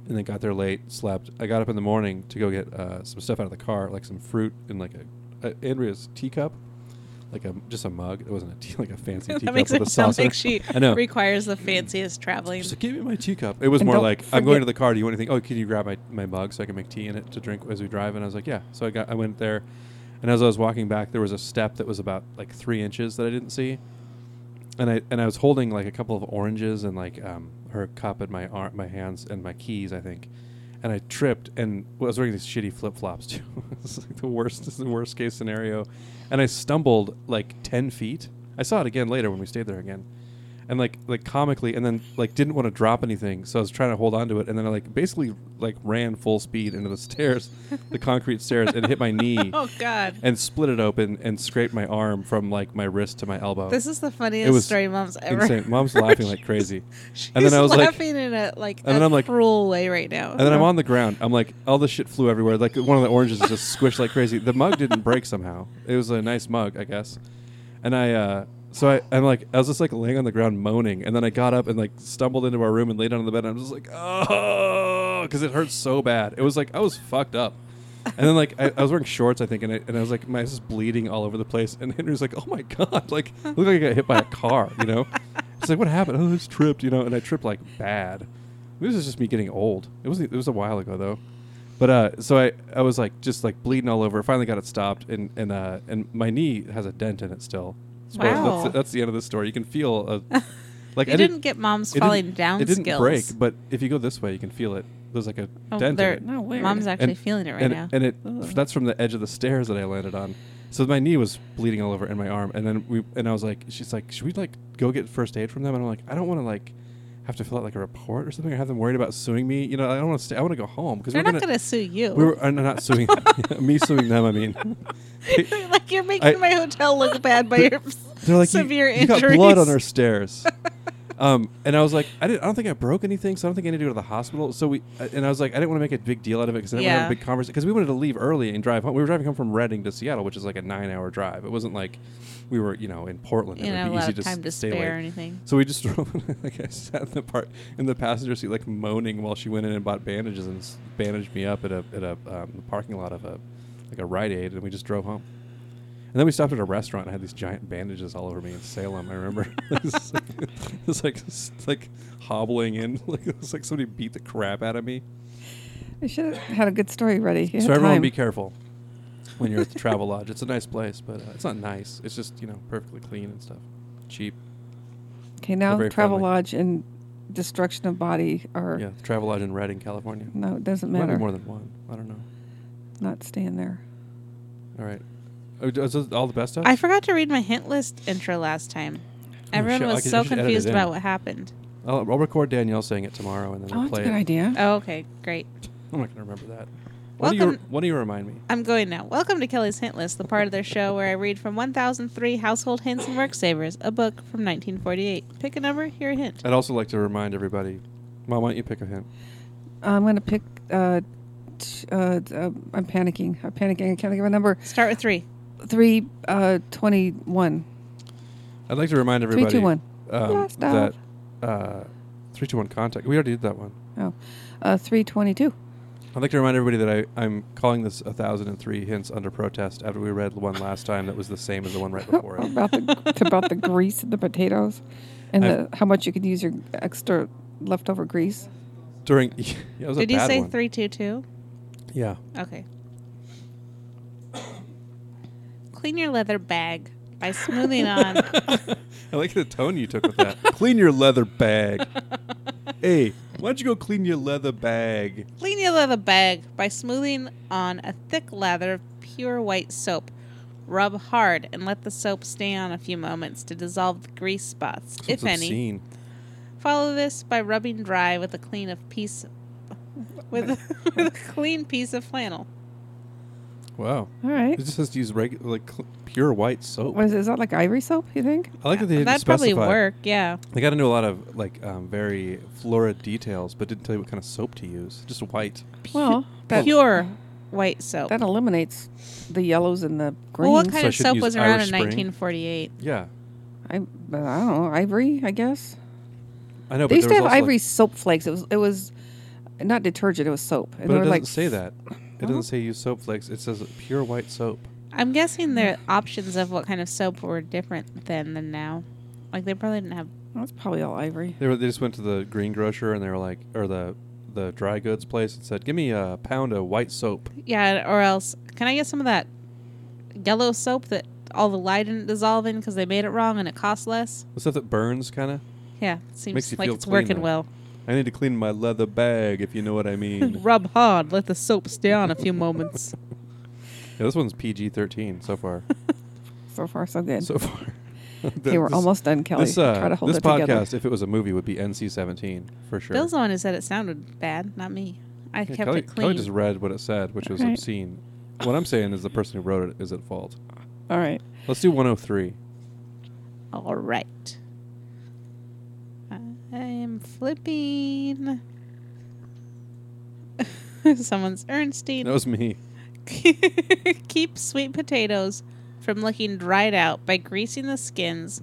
S2: and then got there late. Slept. I got up in the morning to go get uh, some stuff out of the car, like some fruit and like a, a Andrea's teacup, like a just a mug. It wasn't a tea, like a fancy
S1: that
S2: teacup
S1: makes
S2: with
S1: it
S2: a
S1: sound
S2: saucer.
S1: like she
S2: I know.
S1: requires the fanciest traveling.
S2: She's like, give me my teacup. It was
S3: And
S2: more
S3: don't
S2: like, I'm going
S3: forget-
S2: to the car. Do you want anything? Oh, can you grab my, my mug so I can make tea in it to drink as we drive? And I was like, yeah. So I got I went there, and as I was walking back, there was a step that was about like three inches that I didn't see, and I and I was holding like a couple of oranges and like um, her cup in my arm, my hands, and my keys, I think. And I tripped, and well, I was wearing these shitty flip flops too. it's like the worst, it's the worst case scenario. And I stumbled like ten feet. I saw it again later when we stayed there again and like like comically and then like didn't want to drop anything so i was trying to hold on to it and then i like basically like ran full speed into the stairs the concrete stairs and hit my knee
S1: Oh God.
S2: and split it open and scraped my arm from like my wrist to my elbow
S1: This is the funniest
S2: It was
S1: story mom's ever.
S2: insane mom's laughing like crazy
S1: She's
S2: and then i was like
S1: laughing in a like
S2: and then
S1: a
S2: I'm like-
S1: cruel way right now.
S2: and then I'm on the ground. I'm like, all this shit flew everywhere. Like one of the oranges just squished like crazy. The mug didn't break somehow. It was a nice mug, I guess. And I, uh, so I, I'm like, I was just like laying on the ground moaning, and then I got up and like stumbled into our room and laid down on the bed. And I'm just like, oh, because it hurt so bad. It was like I was fucked up. And then like I, I was wearing shorts, I think, and I, and I was like, my ass is bleeding all over the place. And Henry's like, oh my god, like I look like I got hit by a car, you know? It's like what happened? Oh, I just tripped, you know? And I tripped like bad. This is just me getting old. It was it was a while ago though. But uh, so I, I was like just like bleeding all over. Finally got it stopped, and and uh, and my knee has a dent in it still. Spoiler-
S1: Wow.
S2: that's, that's the end of the story. You can feel a, like
S1: You
S2: I
S1: didn't, get mom's
S2: it
S1: falling
S2: didn't-
S1: down
S2: It didn't
S1: skills.
S2: break, but if you go this way, you can feel it. There's like a
S1: Oh,
S2: dent. In
S1: there-
S2: it
S3: No, weird.
S1: mom's actually feeling it right
S2: and,
S1: now.
S2: And it that's from the edge of the stairs that I landed on. So my knee was bleeding all over and my arm. And then we and I was like, she's like, should we like go get first aid from them? And I'm like, I don't want to like have to fill out like a report or something or have them worried about suing me. You know, I don't want to stay. I want to go home because
S1: They're
S2: we're
S1: not
S2: gonna.
S1: going to sue you.
S2: we were uh, no, not suing me suing them. I mean,
S1: like you're making
S2: I-
S1: my hotel look bad by your
S2: They're like "You-
S1: severe
S2: you,
S1: injuries.
S2: got blood on our stairs. um, and I was like, I, didn't, I don't think I broke anything, so I don't think I need to go to the hospital. So we, uh, and I was like, I didn't want to make a big deal out of it because I didn't want to have
S1: Yeah.
S2: a big conversation because we wanted to leave early and drive home. We were driving home from Reading to Seattle, which is like a nine-hour drive. It wasn't like we were, you know, in Portland.
S1: You
S2: it
S1: know,
S2: would
S1: a
S2: be
S1: lot
S2: easy
S1: of
S2: to s-
S1: time to
S2: stay
S1: spare or
S2: late.
S1: anything.
S2: So we just drove, like I sat in the part in the passenger seat, like moaning while she went in and bought bandages and s- bandaged me up at a at a um, the parking lot of a like a Rite Aid, and we just drove home. And then we stopped at a restaurant and had these giant bandages all over me in Salem. I remember it's like it's like, s- like hobbling in, like it was like somebody beat the crap out of me.
S3: I should have had a good story ready. You
S2: so
S3: had
S2: everyone,
S3: time.
S2: be careful when you're at the Travel Lodge. It's a nice place, but uh, it's not nice. It's just you know perfectly clean and stuff, cheap.
S3: Okay,
S2: very
S3: now travel
S2: friendly.
S3: lodge and destruction of body are
S2: Yeah, the Travel Lodge in Redding, California.
S3: no, it doesn't
S2: Might be
S3: matter.
S2: more than one. I don't know.
S3: Not staying there.
S2: All right. Oh, d- is this all the best stuff?
S1: I forgot to read my hint list intro last time. Everyone
S2: Oh, shit, I
S1: was
S2: could-
S1: so
S2: I should edit it
S1: confused
S2: in.
S1: about what happened.
S2: I'll, I'll record Danielle saying it tomorrow, and then
S3: Oh,
S2: we'll
S3: that's a
S2: play
S3: good
S2: it.
S3: idea.
S1: Oh, okay, great.
S2: I'm not gonna remember that. What do you
S1: Welcome-
S2: What do you remind me?
S1: I'm going now. Welcome to Kelly's Hint List, the part of their show where I read from 1003 Household Hints and Work Savers, a book from 1948. Pick a number, hear a hint.
S2: I'd also like to remind everybody. Mom, why don't you pick a hint?
S3: I'm gonna pick. Uh, t- uh, d- uh, I'm panicking. I'm panicking. I can't think of a number.
S1: Start with three.
S3: Three uh, twenty-one.
S2: I'd like to remind
S3: Three,
S2: everybody
S3: two, one.
S2: um,
S3: Blast
S2: that
S3: off.
S2: uh, three two one contact. We already did that one.
S3: Oh, uh, three twenty-two.
S2: I'd like to remind everybody that I, I'm calling this a thousand and three hints under protest after we read the one last time that was the same as the one right before it.
S3: About the it's about the grease and the potatoes, and
S2: I've-
S3: the, how much you can use your extra leftover grease.
S2: During yeah, it was a
S1: Did you
S2: bad
S1: say
S2: one.
S1: 322?
S2: Yeah.
S1: Okay. Clean your leather bag by smoothing on.
S2: I like the tone you took with that. clean your leather bag. hey, why don't you go clean your leather bag?
S1: Clean your leather bag by smoothing on a thick lather of pure white soap. Rub hard and let the soap stay on a few moments to dissolve the grease spots,
S2: This
S1: if
S2: one's
S1: any.
S2: obscene.
S1: Follow this by rubbing dry with a clean of piece with a, with a clean piece of flannel.
S2: Wow.
S3: All
S2: It
S3: right.
S2: just has to use regular, like cl- pure white soap.
S3: What is, is that like ivory soap? You think?
S2: I like that they didn't
S1: That'd
S2: specify.
S1: probably work, yeah.
S2: They got into a lot of like um, very florid details, but didn't tell you what kind of soap to use. Just white.
S3: Well, that,
S1: Pure white soap.
S3: that eliminates the yellows and the
S1: Well,
S3: greens.
S1: what kind
S2: So I
S1: of
S2: should
S1: soap
S2: use
S1: was around
S2: Irish
S1: in
S2: Spring?
S1: 1948?
S2: Yeah,
S3: I, but I don't know. Ivory, I guess.
S2: I know. but
S3: they used
S2: there
S3: to
S2: was also,
S3: have
S2: like-
S3: ivory soap flakes. It was it was not detergent. It was soap.
S2: but
S3: And
S2: it
S3: they were
S2: doesn't
S3: like,
S2: say that. It doesn't say use soap flakes. It says pure white soap.
S1: I'm guessing their options of what kind of soap were different then than now. Like they probably didn't have.
S3: That's probably all ivory.
S2: They, were, they just went to the greengrocer and they were like, or the the dry goods place and said, "Give me a pound of white soap."
S1: Yeah, or else can I get some of that yellow soap that all the lye didn't dissolve in because they made it wrong and it costs less?
S2: The stuff that burns, kind of.
S1: Yeah,
S2: Makes you
S1: seems like
S2: feel
S1: it's
S2: clean,
S1: working
S2: though.
S1: well.
S2: I need to clean my leather bag, if you know what I mean. yeah,
S1: Rub hard, let the soap stay on a few moments.
S2: this one's PG thirteen so far.
S3: So far, so good.
S2: so far.
S3: okay, we're
S2: This-
S3: almost done, Kelly.
S2: This, uh,
S3: Try to hold
S2: this
S3: it
S2: podcast,
S3: together.
S2: if it was a movie, would be NC seventeen for sure.
S1: Bill's the one who said it sounded bad, not me. I
S2: Yeah,
S1: kept
S2: Kelly,
S1: it
S2: Kelly
S1: clean.
S2: just read what it said, which was
S3: Right.
S2: obscene. What I'm saying is the person who wrote it is at fault.
S3: All right.
S2: Let's do 103.
S1: All right. I am flipping. Someone's Ernstine.
S2: That was me.
S1: Keep sweet potatoes from looking dried out by greasing the skins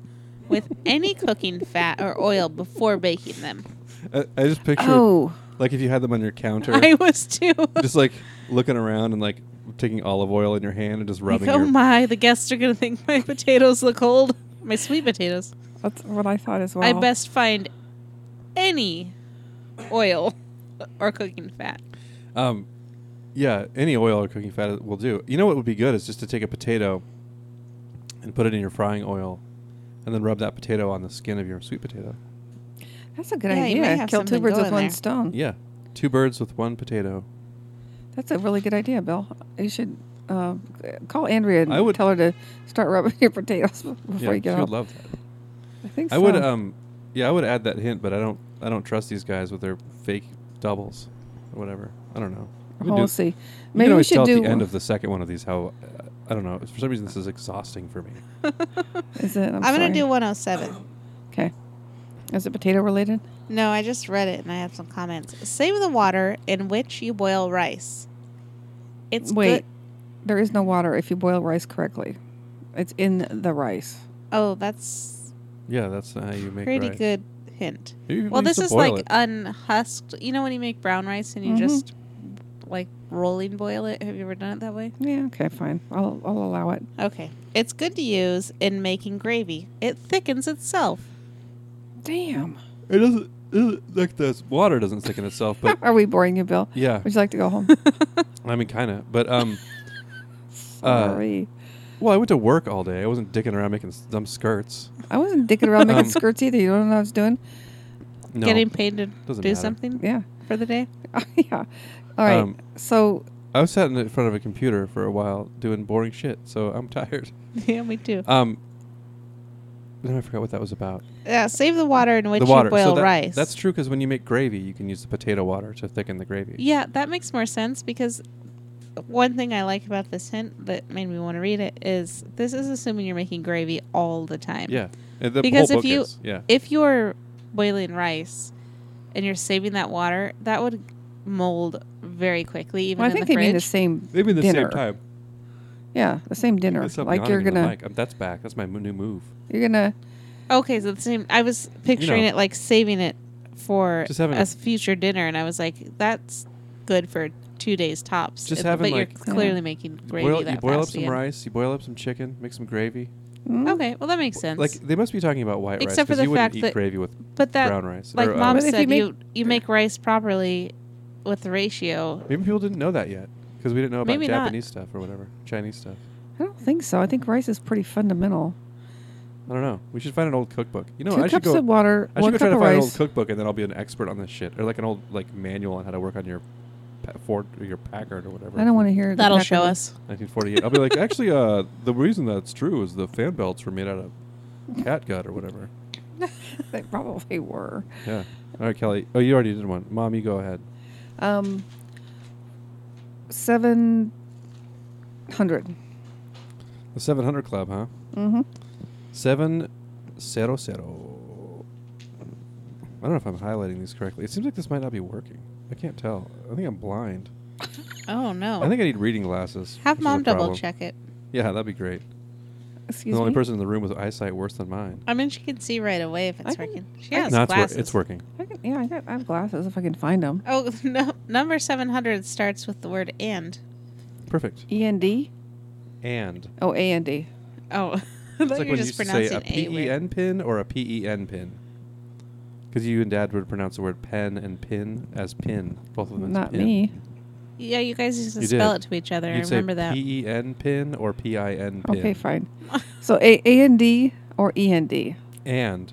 S1: with any cooking fat or oil before baking them.
S2: I, I just picture
S3: Oh,
S2: like if you had them on your counter,
S1: I was too.
S2: just like looking around and like taking olive oil in your hand and just rubbing.
S1: Like, oh
S2: your,
S1: my, the guests are going to think my potatoes look old. My sweet potatoes.
S3: that's what I thought as well.
S1: I best find any oil or cooking fat.
S2: Um, yeah, any oil or cooking fat will do. You know what would be good is just to take a potato and put it in your frying oil, and then rub that potato on the skin of your sweet potato.
S3: That's a good
S1: Yeah, you
S3: idea.
S1: may have
S3: Kill two
S1: something
S3: birds with
S1: going
S3: one
S1: there.
S3: stone.
S2: Yeah, two birds with one potato.
S3: That's a really good idea, Bill. You should uh, call Andrea and
S2: I would-
S3: tell her to start rubbing your potatoes before
S2: Yeah,
S3: you
S2: she
S3: get
S2: would
S3: home.
S2: love that.
S3: I think
S2: I would
S3: so.
S2: um yeah, I would add that hint, but I don't I don't trust these guys with their fake doubles or whatever. I don't know. We
S3: Well,
S2: do-
S3: we'll see.
S2: you
S3: Maybe
S2: can
S3: we
S2: always
S3: should
S2: tell
S3: do.
S2: at the end of the second one of these how uh, I don't know. For some reason this is exhausting for me.
S3: is it? I'm,
S1: I'm going
S3: sorry.
S1: to do 107.
S3: Okay. Is it potato related?
S1: No, I just read it and I have some comments. Save the water in which you boil rice. It's
S3: Wait,
S1: good-
S3: there is no water if you boil rice correctly. It's in the rice.
S1: Oh, that's
S2: Yeah, that's how you make
S1: pretty
S2: rice.
S1: good hint.
S2: Maybe we
S1: well,
S2: need
S1: this
S2: to
S1: is
S2: boil
S1: like
S2: it. Mm-hmm.
S1: unhusked. You know when you make brown rice and you
S3: Mhm.
S1: just like rolling boil it. Have you ever done it that way?
S3: Yeah. Okay. Fine. I'll I'll allow it.
S1: Okay. It's good to use in making gravy. It thickens itself.
S3: Damn.
S2: it doesn't, it doesn't like the water doesn't stick in itself, but
S3: Are we boring you, Bill?
S2: yeah.
S3: Would you like to go home?
S2: I mean kind of. But um Uh,
S3: Sorry.
S2: well, I went to work all day. I wasn't dicking around making s- dumb skirts.
S3: I wasn't dicking around making
S2: Um,
S3: skirts either. You don't know what I was doing?
S2: No.
S1: Getting paid to do
S2: Doesn't matter.
S1: something
S3: Yeah.
S1: for the day.
S3: yeah. All right.
S2: Um,
S3: so
S2: I was sat in front of a computer for a while doing boring shit, so I'm tired.
S1: yeah, me too.
S2: Um, no, I forgot what that was about.
S1: Yeah, save the water in which
S2: the water.
S1: you boil
S2: so that-
S1: rice.
S2: That's true because when you make gravy, you can use the potato water to thicken the gravy.
S1: Yeah, that makes more sense because one thing I like about this hint that made me want to read it is this is assuming you're making gravy all the time.
S2: Yeah. Uh, The
S1: Because
S2: whole
S1: if
S2: book
S1: you-
S2: is, yeah,
S1: If you're boiling rice and you're saving that water, that would mold very quickly, even
S3: well, I
S1: in
S3: think
S1: the
S3: they
S1: fridge.
S3: mean the same.
S2: maybe at the
S3: dinner.
S2: same time.
S3: Yeah, the same dinner.
S2: That's
S3: Like you're gonna
S2: Um, that's back. That's my mo- new move.
S3: you're gonna
S1: okay, so the same. I was picturing
S2: know.
S1: it like saving it for
S2: Just having a-
S1: as future dinner, and I was like, that's good for two days tops.
S2: Just
S1: It-
S2: having,
S1: but
S2: like-
S1: you're clearly making
S2: You
S1: gravy.
S2: boil, you
S1: that
S2: boil up
S1: fast
S2: some
S1: again.
S2: rice. You boil up some chicken. Make some gravy.
S1: Okay, well that makes sense.
S2: Like they must be talking about white rice
S1: Except for
S2: 'cause
S1: the
S2: you wouldn't
S1: fact
S2: eat
S1: that-
S2: gravy with
S1: But that,
S2: brown rice.
S1: like
S2: or, uh,
S1: mom
S3: But if you
S1: said, you,
S3: make-
S1: you, make rice properly with the ratio.
S2: maybe people didn't know that yet because we didn't know about
S1: Maybe not.
S2: Japanese stuff or whatever, Chinese stuff.
S3: I don't think so. I think rice is pretty fundamental.
S2: I don't know. We should find an old cookbook. You know,
S3: Two
S2: I should
S3: cups
S2: go.
S3: of water,
S2: I should
S3: one
S2: go
S3: cup
S2: try to
S3: of
S2: find an old
S3: rice.
S2: cookbook, and then I'll be an expert on this shit, or like an old like manual on how to work on your Pa- Ford or your Packard or whatever.
S3: I don't want to hear. the
S1: That'll
S3: pack
S1: show
S3: of-
S1: us.
S2: 1948. I'll be like, actually, uh, the reason that's true is the fan belts were made out of cat gut or whatever.
S3: They probably were.
S2: Yeah. All right, Kelly. Oh, you already did one. Mom, you go ahead.
S3: Um, seven hundred.
S2: The 700 Club, huh?
S3: Mm-hmm.
S2: Seven zero zero. I don't know if I'm highlighting these correctly. It seems like this might not be working. I can't tell. I think I'm blind.
S1: Oh no.
S2: I think I need reading glasses.
S1: Have
S2: which is a
S1: mom double
S2: problem.
S1: check it.
S2: Yeah, that'd be great.
S3: Excuse
S2: the only
S3: me.
S2: person in the room with eyesight worse than mine.
S1: I mean, she can see right away if
S3: I
S1: it's
S3: can-
S1: working. She
S3: I
S1: has
S2: No, it's, wor-
S1: glasses.
S2: it's working.
S3: I can, yeah, I got. I have glasses if I can find them.
S1: Oh no! Number seven hundred starts with the word and.
S2: Perfect.
S3: E N D.
S2: And
S3: Oh, A N D.
S1: Oh, I
S2: It's
S1: thought
S2: like
S1: you were
S2: when you
S1: just
S2: used to say
S1: pronouncing
S2: a E
S1: a weird.
S2: PEN pin or a PEN pin. Because you and dad would pronounce the word pen and pin as pin. Both of them as
S3: Not
S2: pin.
S3: me.
S1: Yeah, you guys used to
S2: You
S1: spell
S2: did.
S1: it to each other. I
S2: You'd say
S1: remember that.
S2: PEN pin or PIN pin.
S3: Okay, fine. So A A N D or E N D.
S2: And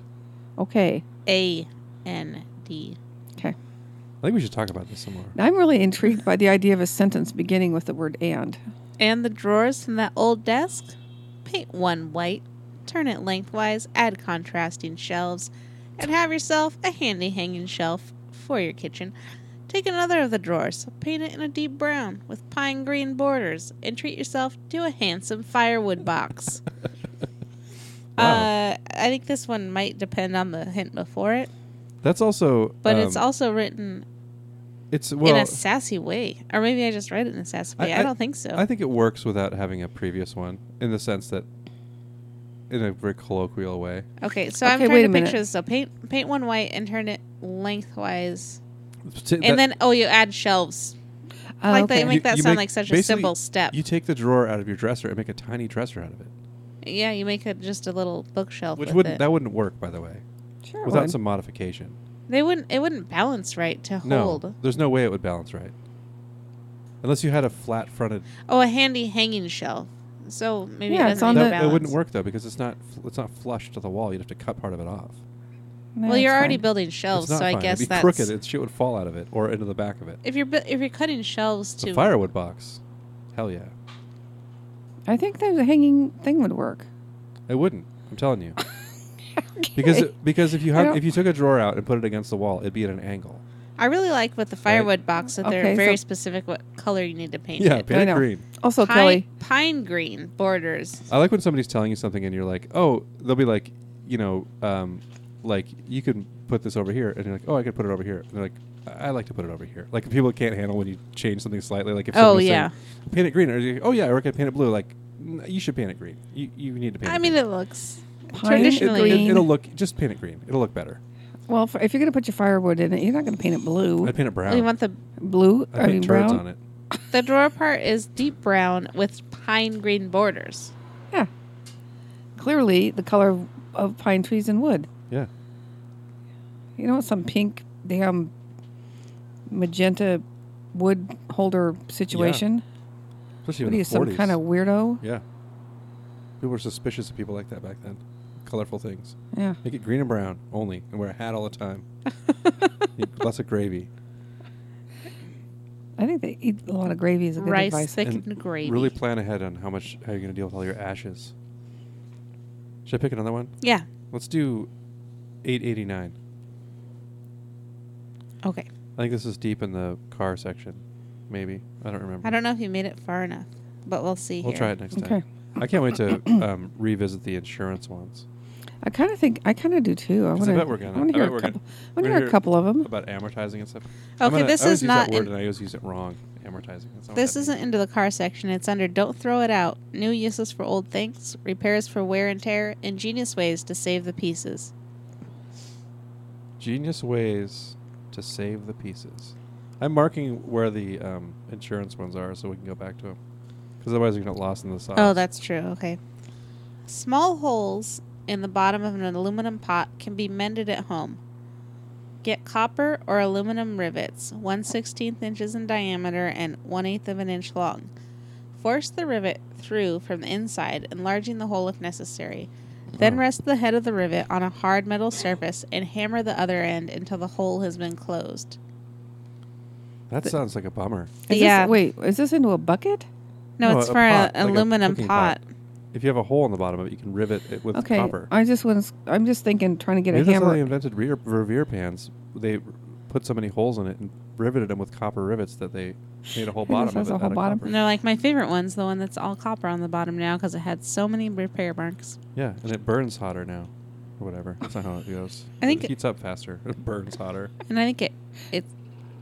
S3: Okay.
S1: A N D.
S3: Okay.
S2: I think we should talk about this some more.
S3: Now, I'm really intrigued by the idea of a sentence beginning with the word and.
S1: And the drawers from that old desk? Paint one white, turn it lengthwise, add contrasting shelves, and have yourself a handy hanging shelf for your kitchen. Take another of the drawers, paint it in a deep brown with pine green borders, and treat yourself to a handsome firewood box. Uh, I think this one might depend on the hint before it,
S2: That's also.
S1: but
S2: um,
S1: it's also written
S2: It's well.
S1: in a sassy way. Or maybe I just read it in a sassy way. I, don't think so.
S2: I think it works without having a previous one, in the sense that, in a very colloquial way,
S1: Okay, so I'm
S3: Okay,
S1: trying
S3: wait
S1: to
S3: a minute.
S1: picture this. So paint paint one white and turn it lengthwise,
S2: T- that-
S1: and then oh, you add shelves.
S3: Oh,
S1: like they
S3: okay.
S1: make that sound like such a
S2: basically,
S1: simple step.
S2: You take the drawer out of your dresser and make a tiny dresser out of it,
S1: yeah, you make it just a little bookshelf.
S2: which
S1: with
S2: wouldn't
S1: it.
S2: that wouldn't work, by the way,
S3: Sure.
S2: without
S3: would.
S2: some modification.
S1: they wouldn't. It wouldn't balance right to hold.
S2: No, there's no way it would balance right, unless you had a flat-fronted.
S1: Oh, a handy hanging shelf. So maybe
S3: Yeah,
S1: it
S3: it's
S1: doesn't
S3: on
S1: make
S3: the-
S2: That,
S1: a
S2: it
S1: balance.
S2: wouldn't work though because it's not fl- it's not flush to the wall. You'd have to cut part of it off.
S3: No,
S1: Well, you're
S3: it's
S1: already
S3: fine.
S1: building
S2: It's
S1: shelves, Oh, so
S2: not
S1: I
S2: fine.
S1: guess
S2: It'd be
S1: that's
S2: crooked. and shit would fall out of it or into the back of it.
S1: if you're bu- if you're cutting shelves
S2: It's a
S1: to
S2: firewood box. Hell yeah.
S3: I think that the hanging thing would work.
S2: It wouldn't. I'm telling you. Because it- because if you
S3: I
S2: hung,
S3: don't-
S2: if you took a drawer out and put it against the wall, it'd be at an angle.
S1: I really like with the firewood box that
S3: Okay,
S1: they're
S3: so-
S1: very specific what color you need to paint
S2: Yeah,
S1: it.
S2: paint it
S3: know.
S2: green.
S3: Also,
S1: pine,
S3: Kelly,
S1: pine green borders.
S2: I like when somebody's telling you something and you're like, oh, they'll be like, you know, um, like you can put this over here, and you're like, oh, I could put it over here. And they're like, I I like to put it over here. Like people can't handle when you change something slightly. Like if
S1: Oh,
S2: someone was
S1: yeah.
S2: saying, paint it green, or you're like, oh yeah, or I could paint it blue. Like "N- you should paint it green. You you need to paint.
S1: I
S2: it
S1: mean,
S2: green.
S1: it looks
S3: Pine
S1: traditionally.
S3: green.
S2: it'll look just paint it green. It'll look better.
S3: well, if- if you're going to put your firewood in it, you're not going to paint it blue.
S2: I paint it brown.
S1: We want the
S3: blue,
S2: I
S3: I, mean
S2: paint turds
S3: brown.
S2: on it.
S1: the drawer part is deep brown with pine green borders.
S3: Yeah. Clearly, the color of, of pine trees and wood.
S2: Yeah.
S3: You know, some pink, damn magenta wood holder situation.
S2: Especially
S3: What
S2: in
S3: are
S2: the
S3: you,
S2: 40s.
S3: some kind of weirdo?
S2: Yeah. People were suspicious of people like that back then. Colorful things.
S3: Yeah.
S2: Make it green and brown only, and wear a hat all the time. Eat lots of gravy.
S3: I think they eat a lot of gravy is a good
S1: Rice
S3: advice.
S1: thickened gravy.
S2: Really plan ahead on how much how you're gonna deal with all your ashes. Should I pick another one?
S1: yeah.
S2: Let's do eight eighty nine.
S1: Okay.
S2: I think this is deep in the car section. Maybe I don't remember.
S1: I don't know if you made it far enough, but we'll see.
S2: We'll
S1: here.
S2: try it next
S3: Okay.
S2: time. I can't wait to um, revisit the insurance ones.
S3: I kind of think I kind of do too. I
S2: 'Cause
S3: want
S2: I
S3: to.
S2: bet we're gonna.
S3: I want
S2: I
S3: to hear
S2: bet we're
S3: a couple.
S2: gonna-
S3: I want
S2: we're
S3: to
S2: gonna
S3: hear a couple of them.
S2: about amortizing and stuff.
S1: Okay, this
S2: I always
S1: is
S2: use
S1: not
S2: that word,
S1: in-
S2: and I always use it wrong. Amortizing. That's not what
S1: This
S2: that
S1: isn't
S2: means.
S1: into the car section. It's under don't throw it out. New uses for old things, repairs for wear and tear, ingenious ways to save the pieces.
S2: Genius ways to save the pieces. I'm marking where the um, insurance ones are so we can go back to them. Because otherwise, you're going to get lost in the sauce.
S1: Oh, that's true. Okay. Small holes in the bottom of an aluminum pot can be mended at home. Get copper or aluminum rivets, 1 16th inches in diameter and 1 8th of an inch long. Force the rivet through from the inside, enlarging the hole if necessary. Then
S2: Oh.
S1: rest the head of the rivet on a hard metal surface and hammer the other end until the hole has been closed.
S2: That sounds like a bummer.
S3: Is
S1: Yeah.
S3: This, wait, is this into a bucket?
S1: No,
S2: No,
S1: it's
S2: a
S1: for an
S2: pot, like a
S1: aluminum
S2: cooking
S1: pot.
S2: pot. If you have a hole in the bottom of it, you can rivet it with
S3: Okay.
S2: copper.
S3: I just was. I'm just thinking, trying to get
S2: Maybe
S3: a
S2: that's how they
S3: hammer.
S2: invented rear, Revere pans. They r- put so many holes in it and riveted them with copper rivets that they made a whole
S3: Maybe
S2: bottom of
S3: that's
S2: it.
S3: a
S2: out
S3: whole
S2: of
S3: bottom.
S2: copper.
S1: No, like my favorite one's the one that's all copper on the bottom now because it had so many repair marks.
S2: Yeah, and it burns hotter now, or whatever. That's not how it goes.
S1: I think
S2: it heats up faster. It burns hotter.
S1: And I think it it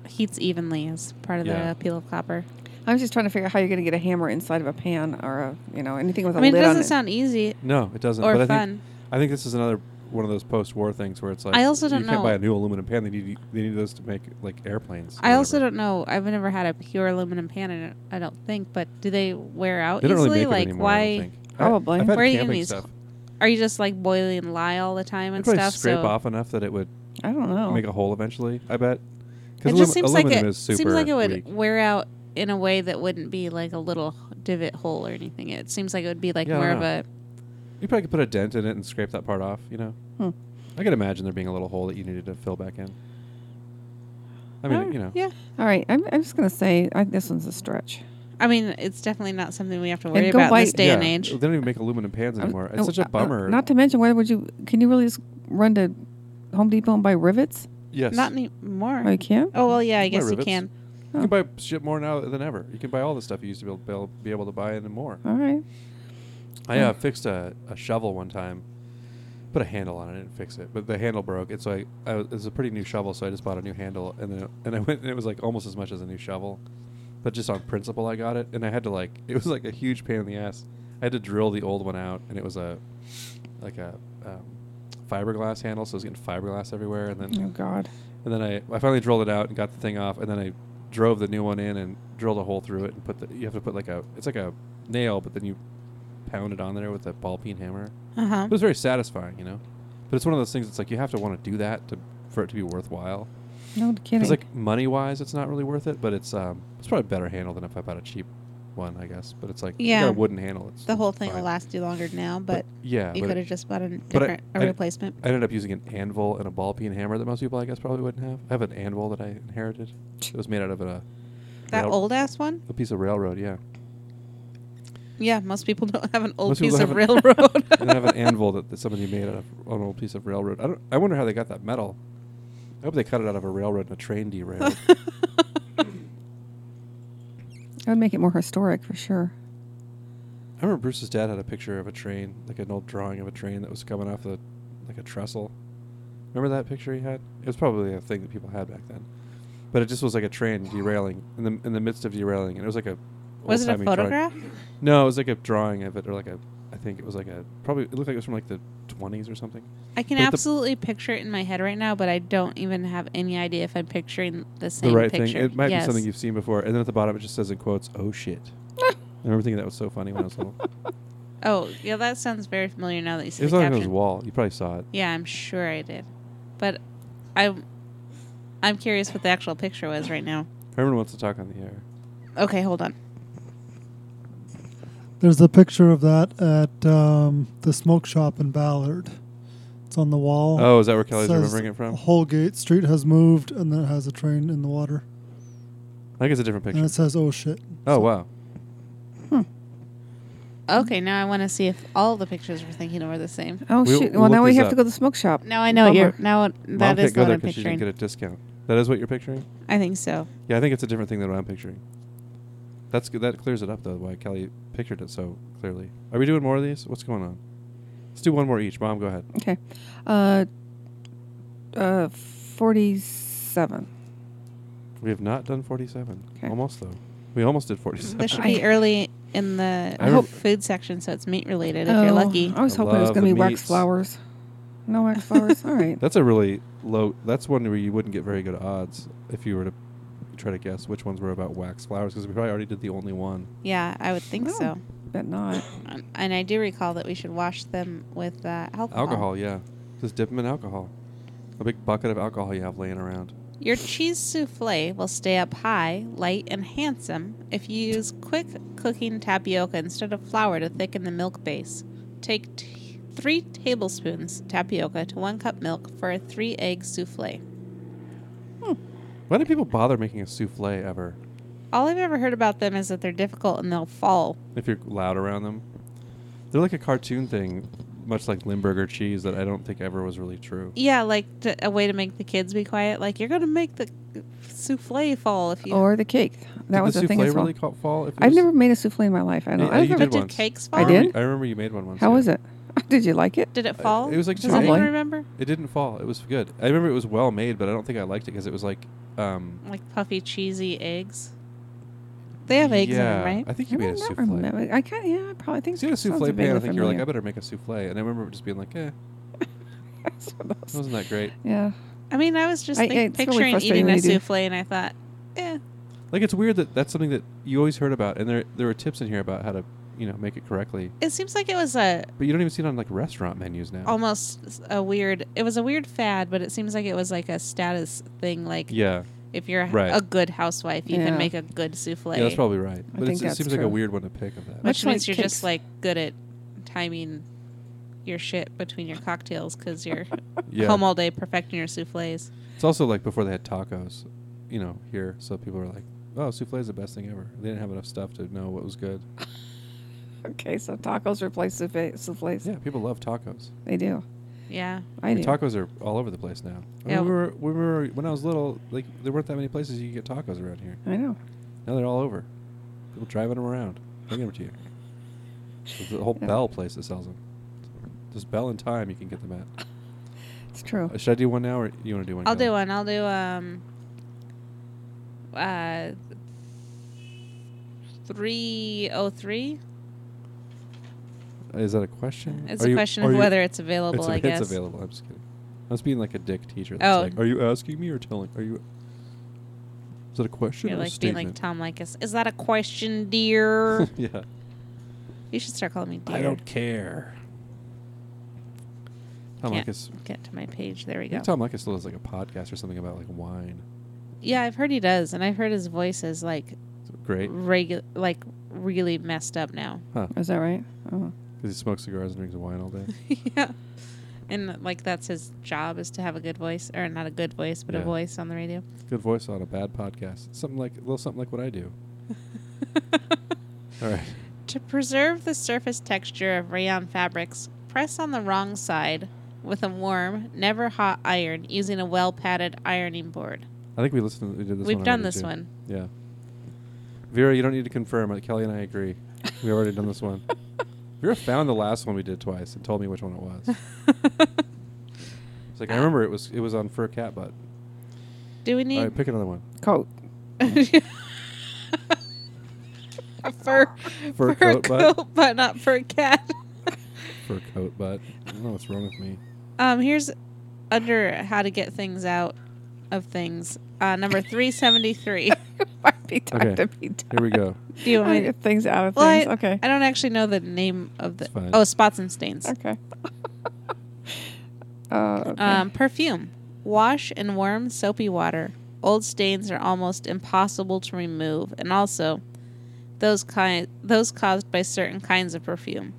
S1: heats evenly as part of the
S2: Yeah.
S1: appeal of copper.
S3: I'm just trying to figure out how you're going to get a hammer inside of a pan or a, you know, anything with a
S1: I mean, it
S3: lid on
S1: doesn't
S3: it.
S1: sound easy.
S2: No, it doesn't.
S1: Or
S2: but I
S1: fun.
S2: think I think this is another one of those post-war things where it's like
S1: I also don't
S2: you can't
S1: know.
S2: buy a new aluminum pan. They need they need those to make like airplanes. or
S1: I also
S2: whatever.
S1: don't know. I've never had a pure aluminum pan, in it, I don't think. But do they wear out
S2: They don't
S1: easily?
S2: really make
S1: like,
S2: it anymore.
S1: why
S2: I don't think. I-
S3: Probably.
S2: I've had
S1: Where are you
S2: camping
S1: getting these
S2: stuff.
S1: are you just like boiling lye all the time
S2: It'd
S1: and
S2: probably
S1: stuff?
S2: scrape
S1: so Oh.
S2: off enough that it would
S3: I don't know.
S2: make a hole eventually. I bet.
S1: it
S2: Because
S1: just seems like
S2: aluminum
S1: it
S2: is super
S1: seems like it would
S2: weak.
S1: wear out in a way that wouldn't be like a little divot hole or anything. It seems like it would be like
S2: Yeah, I
S1: more
S2: don't
S1: of
S2: know.
S1: a
S2: You probably could put a dent in it and scrape that part off, you know?
S3: Hmm.
S2: I could imagine there being a little hole that you needed to fill back in. I mean, you know.
S1: yeah.
S3: All right. I'm, I'm just going to say I, this one's a stretch.
S1: I mean, it's definitely not something we have to worry
S3: go
S1: about in this
S3: buy-
S1: day and
S2: Yeah,
S1: age.
S2: They don't even make aluminum pans anymore. it's
S3: Oh,
S2: such
S3: uh,
S2: a
S3: uh,
S2: bummer.
S3: not to mention, where would you? Can you really just run to Home Depot and buy rivets?
S2: yes.
S1: Not
S3: Oh,
S1: anymore.
S3: you can't.
S1: Oh well, yeah, I
S2: You can buy
S1: guess you
S2: rivets.
S1: can.
S2: You can buy shit more now than ever. You can buy all the stuff you used to be able, be able- be able to buy and more.
S3: All right.
S2: I uh, fixed a, a shovel one time. Put a handle on it. I didn't fix it, but the handle broke. And so I, I was, it was a pretty new shovel, so I just bought a new handle, and then and I went and it was like almost as much as a new shovel, but just on principle I got it, and I had to like it was like a huge pain in the ass. I had to drill the old one out, and it was a like a um, fiberglass handle, so I was getting fiberglass everywhere, and then
S3: Oh God.
S2: and then I, I finally drilled it out and got the thing off, and then I drove the new one in and drilled a hole through it and put the. You have to put like a. It's like a nail, but then you pound it on there with a ball peen hammer.
S1: Uh huh.
S2: It was very satisfying, you know. But it's one of those things. It's like you have to want to do that to for it to be worthwhile.
S3: No kidding.
S2: Because like money wise, it's not really worth it. But it's um, it's probably a better handle than if I bought a cheap one, I guess. But it's like you got
S1: Yeah.
S2: a wooden handle. It's
S1: The whole thing will
S2: fine.
S1: last you longer now, but,
S2: yeah,
S1: you
S2: but
S1: could
S2: it-
S1: have just bought a
S2: I-
S1: different a
S2: I-
S1: replacement.
S2: I ended up using an anvil and a ball peen hammer that most people, I guess, probably wouldn't have. I have an anvil that I inherited. It was made out of a,
S1: that
S2: rail-
S1: old ass one?
S2: a piece of railroad, yeah.
S1: Yeah, most people don't have an old
S2: Most people
S1: piece of
S2: haven't-
S1: railroad.
S2: and I have an anvil that, that somebody made out of an old piece of railroad. I don't. I wonder how they got that metal. I hope they cut it out of a railroad and a train derailed.
S3: that would make it more historic for sure.
S2: I remember Bruce's dad had a picture of a train, like an old drawing of a train that was coming off the, like a trestle. Remember that picture he had? It was probably a thing that people had back then, but it just was like a train derailing in the in the midst of derailing, and it was like a.
S1: was it a
S2: old-timey drawing.
S1: photograph?
S2: No, it was like a drawing of it, or like a. I think it was like a probably. It looked like it was from like the twenties or something.
S1: I can
S2: But the-
S1: absolutely picture it in my head right now, but I don't even have any idea if I'm picturing the same
S2: the right
S1: picture.
S2: thing. It might
S1: yes.
S2: be something you've seen before, and then at the bottom it just says in quotes, "Oh shit." I remember thinking that was so funny when I was little.
S1: Oh, yeah, that sounds very familiar now that you
S2: it
S1: said
S2: was
S1: the
S2: on
S1: caption.
S2: his wall. You probably saw it.
S1: Yeah, I'm sure I did. But I'm I'm curious what the actual picture was right now.
S2: Herman wants to talk on the air.
S1: Okay, hold on.
S9: There's a picture of that at um, the smoke shop in Ballard. It's on the wall.
S2: Oh, is that where Kelly's
S9: Says
S2: remembering it from?
S9: Holgate Street has moved, and then it has a train in the water,
S2: I think it's a different
S9: and
S2: picture.
S9: it says, "Oh shit."
S2: Oh wow.
S1: Okay, now I want to see if all the pictures we're thinking of are the same.
S3: Oh
S2: We'll-
S3: shoot!
S2: we'll
S3: well, now
S2: look
S3: we
S2: this
S3: have to
S2: up.
S3: go to the smoke shop.
S1: Now I know what you're
S3: Bummer.
S1: now
S2: Mom
S1: that
S2: can't
S1: is
S2: go
S1: what
S2: there
S1: I'm
S2: because she didn't get
S1: picturing.
S2: a discount. That is what you're picturing.
S1: I think so.
S2: Yeah, I think it's a different thing than what I'm picturing. That's good. That clears it up though. Why Kelly pictured it so clearly. Are we doing more of these? What's going on? Let's do one more each. Mom, go ahead.
S3: Okay. Uh. Uh. Forty-seven.
S2: We have not done 47.
S3: Okay.
S2: Almost though. We almost did 47.
S1: This should be early in the
S2: I hope-
S1: food section, so it's meat related. If you're
S3: Oh,
S1: lucky,
S3: I was
S2: I
S3: hoping it was
S2: love
S3: going to
S2: the
S3: be wax
S2: meats.
S3: flowers. No wax flowers. All right.
S2: That's a really low. That's one where you wouldn't get very good odds if you were to try to guess which ones were about wax flowers because we probably already did the only one.
S1: yeah, I would think
S3: Oh.
S1: so.
S3: Bet not.
S1: Um, And I do recall that we should wash them with uh, alcohol.
S2: Alcohol, yeah. Just dip them in alcohol. A big bucket of alcohol you have laying around.
S1: Your cheese souffle will stay up high, light, and handsome if you use quick cooking tapioca instead of flour to thicken the milk base. Take t- three tablespoons tapioca to one cup milk for a three egg souffle.
S2: Why do people bother making a souffle ever?
S1: All I've ever heard about them is that they're difficult and they'll fall.
S2: If you're loud around them, they're like a cartoon thing, much like Limburger cheese that I don't think ever was really true.
S1: Yeah, like to, a way to make the kids be quiet. Like you're gonna make the souffle fall if you.
S3: or the cake. That
S2: Did
S3: was
S2: the
S3: the, thing
S2: souffle
S3: as well.
S2: really ca- fall? If it
S3: I've
S2: was-
S3: never made a souffle in my life. I
S2: Yeah,
S3: don't. I don't
S2: you
S3: remember-
S2: did
S1: did
S2: once.
S1: cakes
S3: I
S1: fall?
S3: did?
S2: I remember you made one once.
S3: How
S2: yeah.
S3: was it? Did you like it?
S1: Did it fall?
S2: it was like
S1: Does
S2: too
S1: anyone
S3: big.
S1: remember?
S2: It didn't fall. It was good. I remember it was well made, but I don't think I liked it because it was like, um,
S1: Like puffy cheesy eggs. They have eggs
S2: yeah,
S1: in them,
S2: I
S1: right?
S2: think you
S3: I
S2: made a
S3: don't
S2: souffle.
S3: remember. I can't. Yeah, I probably think.
S2: Because you had a
S3: it sounds
S2: souffle pan, I
S3: vaguely
S2: think you're like, I
S3: familiar.
S2: better make a souffle. And I remember just being like, eh,
S3: That's what I was-
S2: wasn't that great?
S3: yeah.
S1: I mean, I was just
S3: I-
S1: think,
S3: it's really
S1: picturing
S3: frustrating
S1: eating
S3: when
S1: a
S3: you do.
S1: souffle, and I thought, "Eh, yeah,
S2: Like it's weird that that's something that you always heard about, and there there were tips in here about how to you know make it correctly,
S1: it seems like it was a
S2: but you don't even see it on like restaurant menus now.
S1: almost s- a weird. It was a weird fad, but it seems like it was like a status thing. Like
S2: yeah,
S1: if you're a-
S2: Right.
S1: a good housewife, you
S3: Yeah.
S1: can make a good souffle.
S2: yeah, that's probably right. But
S3: think
S2: it's, it
S3: that's
S2: seems like a
S3: true.
S2: weird one to pick of that.
S3: Much
S1: which means
S3: like
S1: you're just
S3: cakes.
S1: like good at timing your shit between your cocktails because you're
S2: Yeah,
S1: home all day perfecting your souffles.
S2: it's also like before they had tacos, you know, here, so people were like, "Oh, souffle is the best thing ever." They didn't have enough stuff to know what was good.
S3: Okay, so tacos replace souffle, souffles.
S2: Yeah, people love tacos.
S3: They do.
S1: Yeah,
S3: I do.
S2: Tacos are all over the place now. I
S1: Yeah.
S2: remember, when we were when I was little, like there weren't that many places you could get tacos around here.
S3: I know.
S2: Now they're all over. People driving them around, bringing them to you. There's a whole
S3: Yeah.
S2: Bell place that sells them. Just Bell and Time, you can get them at.
S3: It's true.
S2: Uh, Should I do one now, or you want to do one?
S1: I'll
S2: Kelly?
S1: do one. I'll do um uh three oh three.
S2: Is that a question?
S1: It's
S2: Are
S1: a
S2: you-
S1: question
S2: are
S1: of
S2: you-
S1: whether it's available.
S2: it's,
S1: I
S2: it's
S1: guess.
S2: available. I'm just kidding. I was being like a dick teacher. That's
S1: Oh.
S2: like, are you asking me or telling? Are you? Is that a question
S1: You're
S2: or a
S1: like being like
S2: statement?
S1: Tom Likas. Is that a question, dear?
S2: yeah.
S1: you should start calling me dear.
S2: I don't care. Tom
S1: Can't
S2: Likas.
S1: Get to my page. There we
S2: I
S1: go.
S2: think Tom Likas still has like a podcast or something about like wine.
S1: Yeah, I've heard he does, and I've heard his voice is like
S2: It's great
S1: regu- like really messed up now.
S2: Uh,
S3: Is that right? Oh.
S2: because he smokes cigars and drinks wine all day.
S1: yeah. And like that's his job is to have a good voice or not a good voice, but a
S2: Yeah.
S1: voice on the radio.
S2: Good voice on a bad podcast. Something like a little something like what I do. All right.
S1: To preserve the surface texture of rayon fabrics, press on the wrong side with a warm, never hot iron using a well padded ironing board.
S2: I think we listened. We did this.
S1: We've
S2: one
S1: done
S2: already,
S1: this
S2: too.
S1: one.
S2: Yeah. Vera, you don't need to confirm it. Kelly and I agree. We already done this one. Vera found the last one we did twice and told me which one it was. It's like I remember it was it was on fur cat butt.
S1: Do we
S2: All
S1: need
S2: right, pick another one.
S3: Coat.
S1: a fur,
S2: Fur
S1: fur,
S2: coat
S1: coat,
S2: butt?
S1: but not fur cat?
S2: Fur coat butt. I don't know what's wrong with me.
S1: Um, here's under how to get things out of things. Uh, number 373.
S3: Might be time
S2: Okay.
S3: to be done.
S2: Here we go.
S1: Do you want me
S3: I
S1: to?
S3: get things out of
S1: Well, I,
S3: things. okay.
S1: I don't actually know the name of the.
S2: It's fine.
S1: Oh, spots and stains.
S3: okay. uh, okay.
S1: Um, perfume. Wash in warm, soapy water. Old stains are almost impossible to remove, and also those kind those caused by certain kinds of perfume.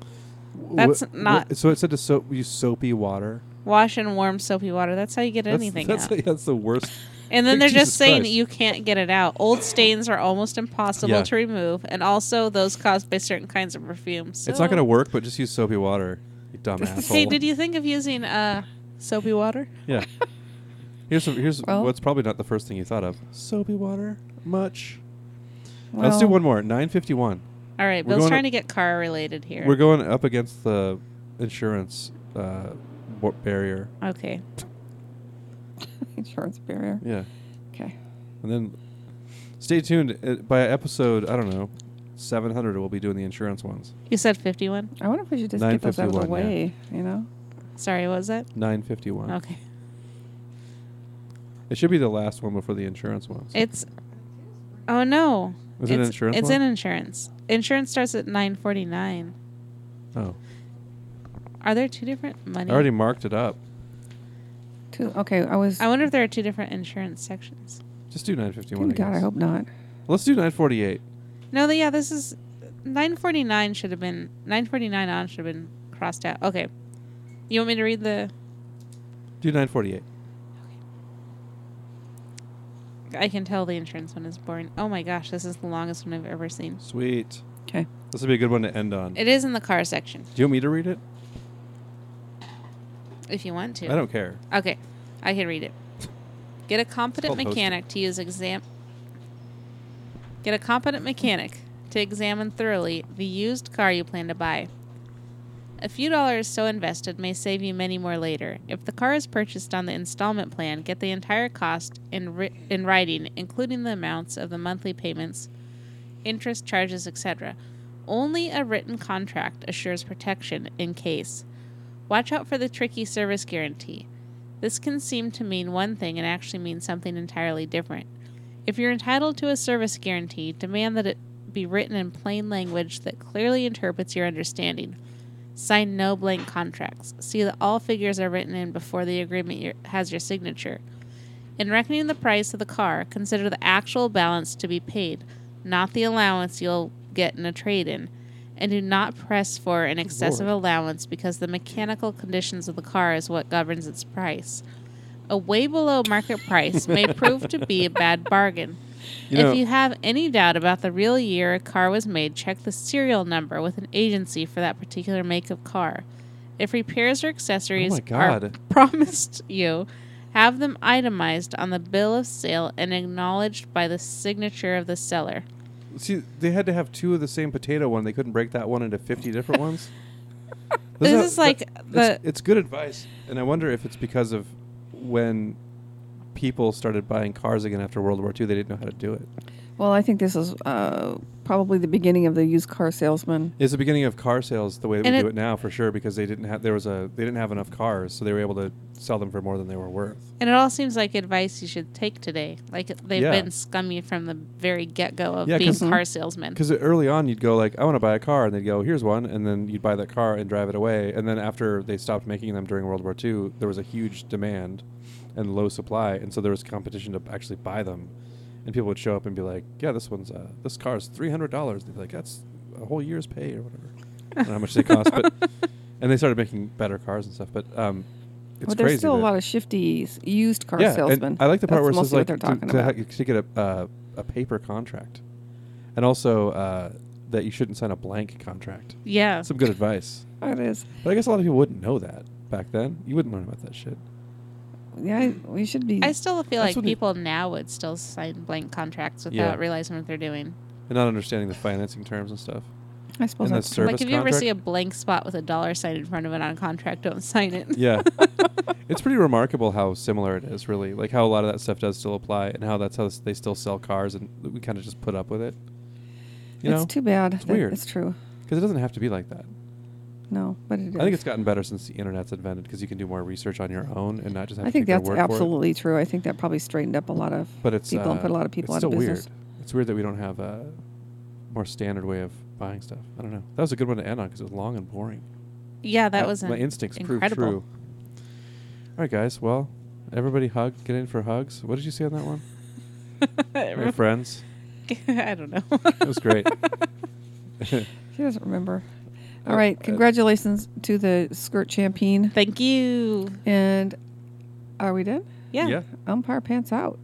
S1: That's
S2: Wha- wha-
S1: not-
S2: so it said to soap use soapy water.
S1: Wash in warm, soapy water. That's how you get
S2: That's-
S1: anything
S2: that's,
S1: out.
S2: that's the worst.
S1: and then they're
S2: Jesus
S1: just saying
S2: Christ.
S1: you can't get it out. Old stains are almost impossible
S2: Yeah.
S1: to remove, and also those caused by certain kinds of perfume.
S2: It's not going to
S1: to.
S2: work, but just use soapy water, you dumb asshole.
S1: Hey, did you think of using uh, soapy water?
S2: Yeah. Here's some, here's
S3: Well-
S2: what's probably not the first thing you thought of. Soapy water, much. Let's
S3: Well-
S2: do one more. Nine fifty one.
S1: All right,
S2: We're
S1: Bill's
S2: going
S1: trying
S2: to-
S1: to get car related here.
S2: We're going up against the insurance uh, wa- barrier.
S1: okay.
S3: Insurance barrier.
S2: Yeah,
S3: Okay.
S2: and then stay tuned. Uh, by episode, I don't know, seven hundred, we'll be doing the insurance ones.
S1: You said 51?
S3: I wonder if we should just get those out of the
S2: 9:51, yeah.
S3: way. You know.
S1: Sorry, what was that?
S2: Nine fifty one.
S1: Okay.
S2: It should be the last one before the insurance ones.
S1: It's Oh no.
S2: Was it an
S1: it's,
S2: insurance
S1: It's in
S2: one?
S1: insurance. Insurance starts at 9.49.
S2: oh,
S1: Are there two different money?
S2: I already marked it up.
S3: Two. Okay. I was.
S1: I wonder if there are two different insurance sections.
S2: Just do nine fifty one.
S3: Good God. I hope not.
S2: Let's do nine forty eight.
S1: No, the, yeah, this is 9.49 should have been 9.49 on should have been crossed out. Okay. You want me to read the
S2: Do nine forty eight.
S1: I can tell the insurance one is boring. Oh my gosh, this is the longest one I've ever seen.
S2: Sweet.
S3: Okay.
S2: This would be a good one to end on.
S1: It is in the car section,
S2: Do you want me to read it?
S1: if you want to.
S2: I don't care.
S1: Okay, I can read it. Get a competent
S2: called hosting.
S1: mechanic to use exam. Get a competent mechanic to examine thoroughly the used car you plan to buy. A few dollars so invested may save you many more later. If the car is purchased on the installment plan, get the entire cost in ri- in writing, including the amounts of the monthly payments, interest charges, etc. Only a written contract assures protection in case. Watch out for the tricky service guarantee. This can seem to mean one thing and actually mean something entirely different. If you're entitled to a service guarantee, demand that it be written in plain language that clearly interprets your understanding. Sign no blank contracts. See that all figures are written in before the agreement your, has your signature. In reckoning the price of the car, consider the actual balance to be paid, not the allowance you'll get in a trade in. And do not press for an excessive allowance because the mechanical conditions of the car is what governs its price. A way below market price may prove to be a bad bargain.
S2: You
S1: if
S2: know-
S1: you have any doubt about the real year a car was made, check the serial number with an agency for that particular make of car. If repairs or accessories are
S2: Oh God.
S1: promised you, have them itemized on the bill of sale and acknowledged by the signature of the seller.
S2: See, they had to have two of the same potato one. They couldn't break that one into 50 different ones.
S1: This
S2: not-
S1: is like
S2: that-
S1: the-
S2: It's, it's good advice. And I wonder if it's because of when people started buying cars again after World War II, they didn't know how to do it.
S3: Well, I think this is uh, probably the beginning of the used car salesman.
S2: It's the beginning of car sales the way that
S1: And
S2: we do
S1: it-
S2: it now for sure because they didn't have there was a they didn't have enough cars so they were able to sell them for more than they were worth.
S1: And it all seems like advice you should take today. Like they've
S2: Yeah.
S1: been scummy from the very get go of
S2: Yeah,
S1: being
S2: 'cause-
S1: car salesmen.
S2: Because early on, you'd go like, "I want to buy a car," and they'd go, "Here's one," and then you'd buy that car and drive it away. And then after they stopped making them during World War II, there was a huge demand and low supply, and so there was competition to actually buy them. And people would show up and be like, "Yeah, this one's uh, this car's three hundred dollars." They'd be like, "That's a whole year's pay or whatever." I don't know how much they cost, but and they started making better cars and stuff. But um, it's
S3: but there's
S2: crazy
S3: still a
S2: that-
S3: lot of shifty s- used car
S2: and
S3: salesmen.
S2: I like the part
S3: That's
S2: where it's
S3: mostly
S2: like
S3: what they're
S2: to,
S3: talking
S2: to,
S3: about.
S2: ha- to get a uh, a paper contract, and also uh, that you shouldn't sign a blank contract.
S1: Yeah.
S2: Some good advice,
S3: Oh, it is.
S2: but I guess a lot of people wouldn't know that back then. You wouldn't learn about that shit.
S3: Yeah, I- we should be.
S1: I still feel
S2: That's
S1: like
S2: what it-
S1: people now would still sign blank contracts without
S2: Yeah.
S1: realizing what they're doing.
S2: And not understanding the financing terms and stuff.
S3: I suppose
S2: in the
S3: that's true.
S2: service
S1: like if you ever see a
S2: contract?
S1: blank spot with a dollar sign in front of it on a contract, don't sign it.
S2: Yeah, it's pretty remarkable how similar it is, really. Like how a lot of that stuff does still apply, and how that's how s- they still sell cars, and we kind of just put up with it. You know,
S3: it's too bad.
S2: it's
S3: that
S2: weird.
S3: It's true.
S2: because it doesn't have to be like that.
S3: No, but it is.
S2: I think it's gotten better since the internet's invented because you can do more research on your own and not just have
S3: I
S2: to take
S3: think
S2: their
S3: that's
S2: word For
S3: absolutely true. I think that probably straightened up a lot of
S2: it. But it's
S3: people
S2: uh,
S3: and put a lot of people
S2: it's
S3: out of
S2: still
S3: business.
S2: Weird. It's weird that we don't have a more standard way of buying stuff. I don't know. That was a good one to end on because it was long and boring.
S1: Yeah, that
S2: My-
S1: was
S2: my
S1: in-
S2: instincts
S1: incredible.
S2: proved true. All right, guys. Well, everybody hug. Get in for hugs. What did you say on that one? My friends.
S1: I don't know.
S2: It was great.
S3: She doesn't remember.
S2: Uh,
S3: All right.
S2: uh,
S3: Congratulations to the skirt champion.
S1: Thank you.
S3: And are we done?
S1: Yeah.
S2: yeah.
S3: Umpire pants out.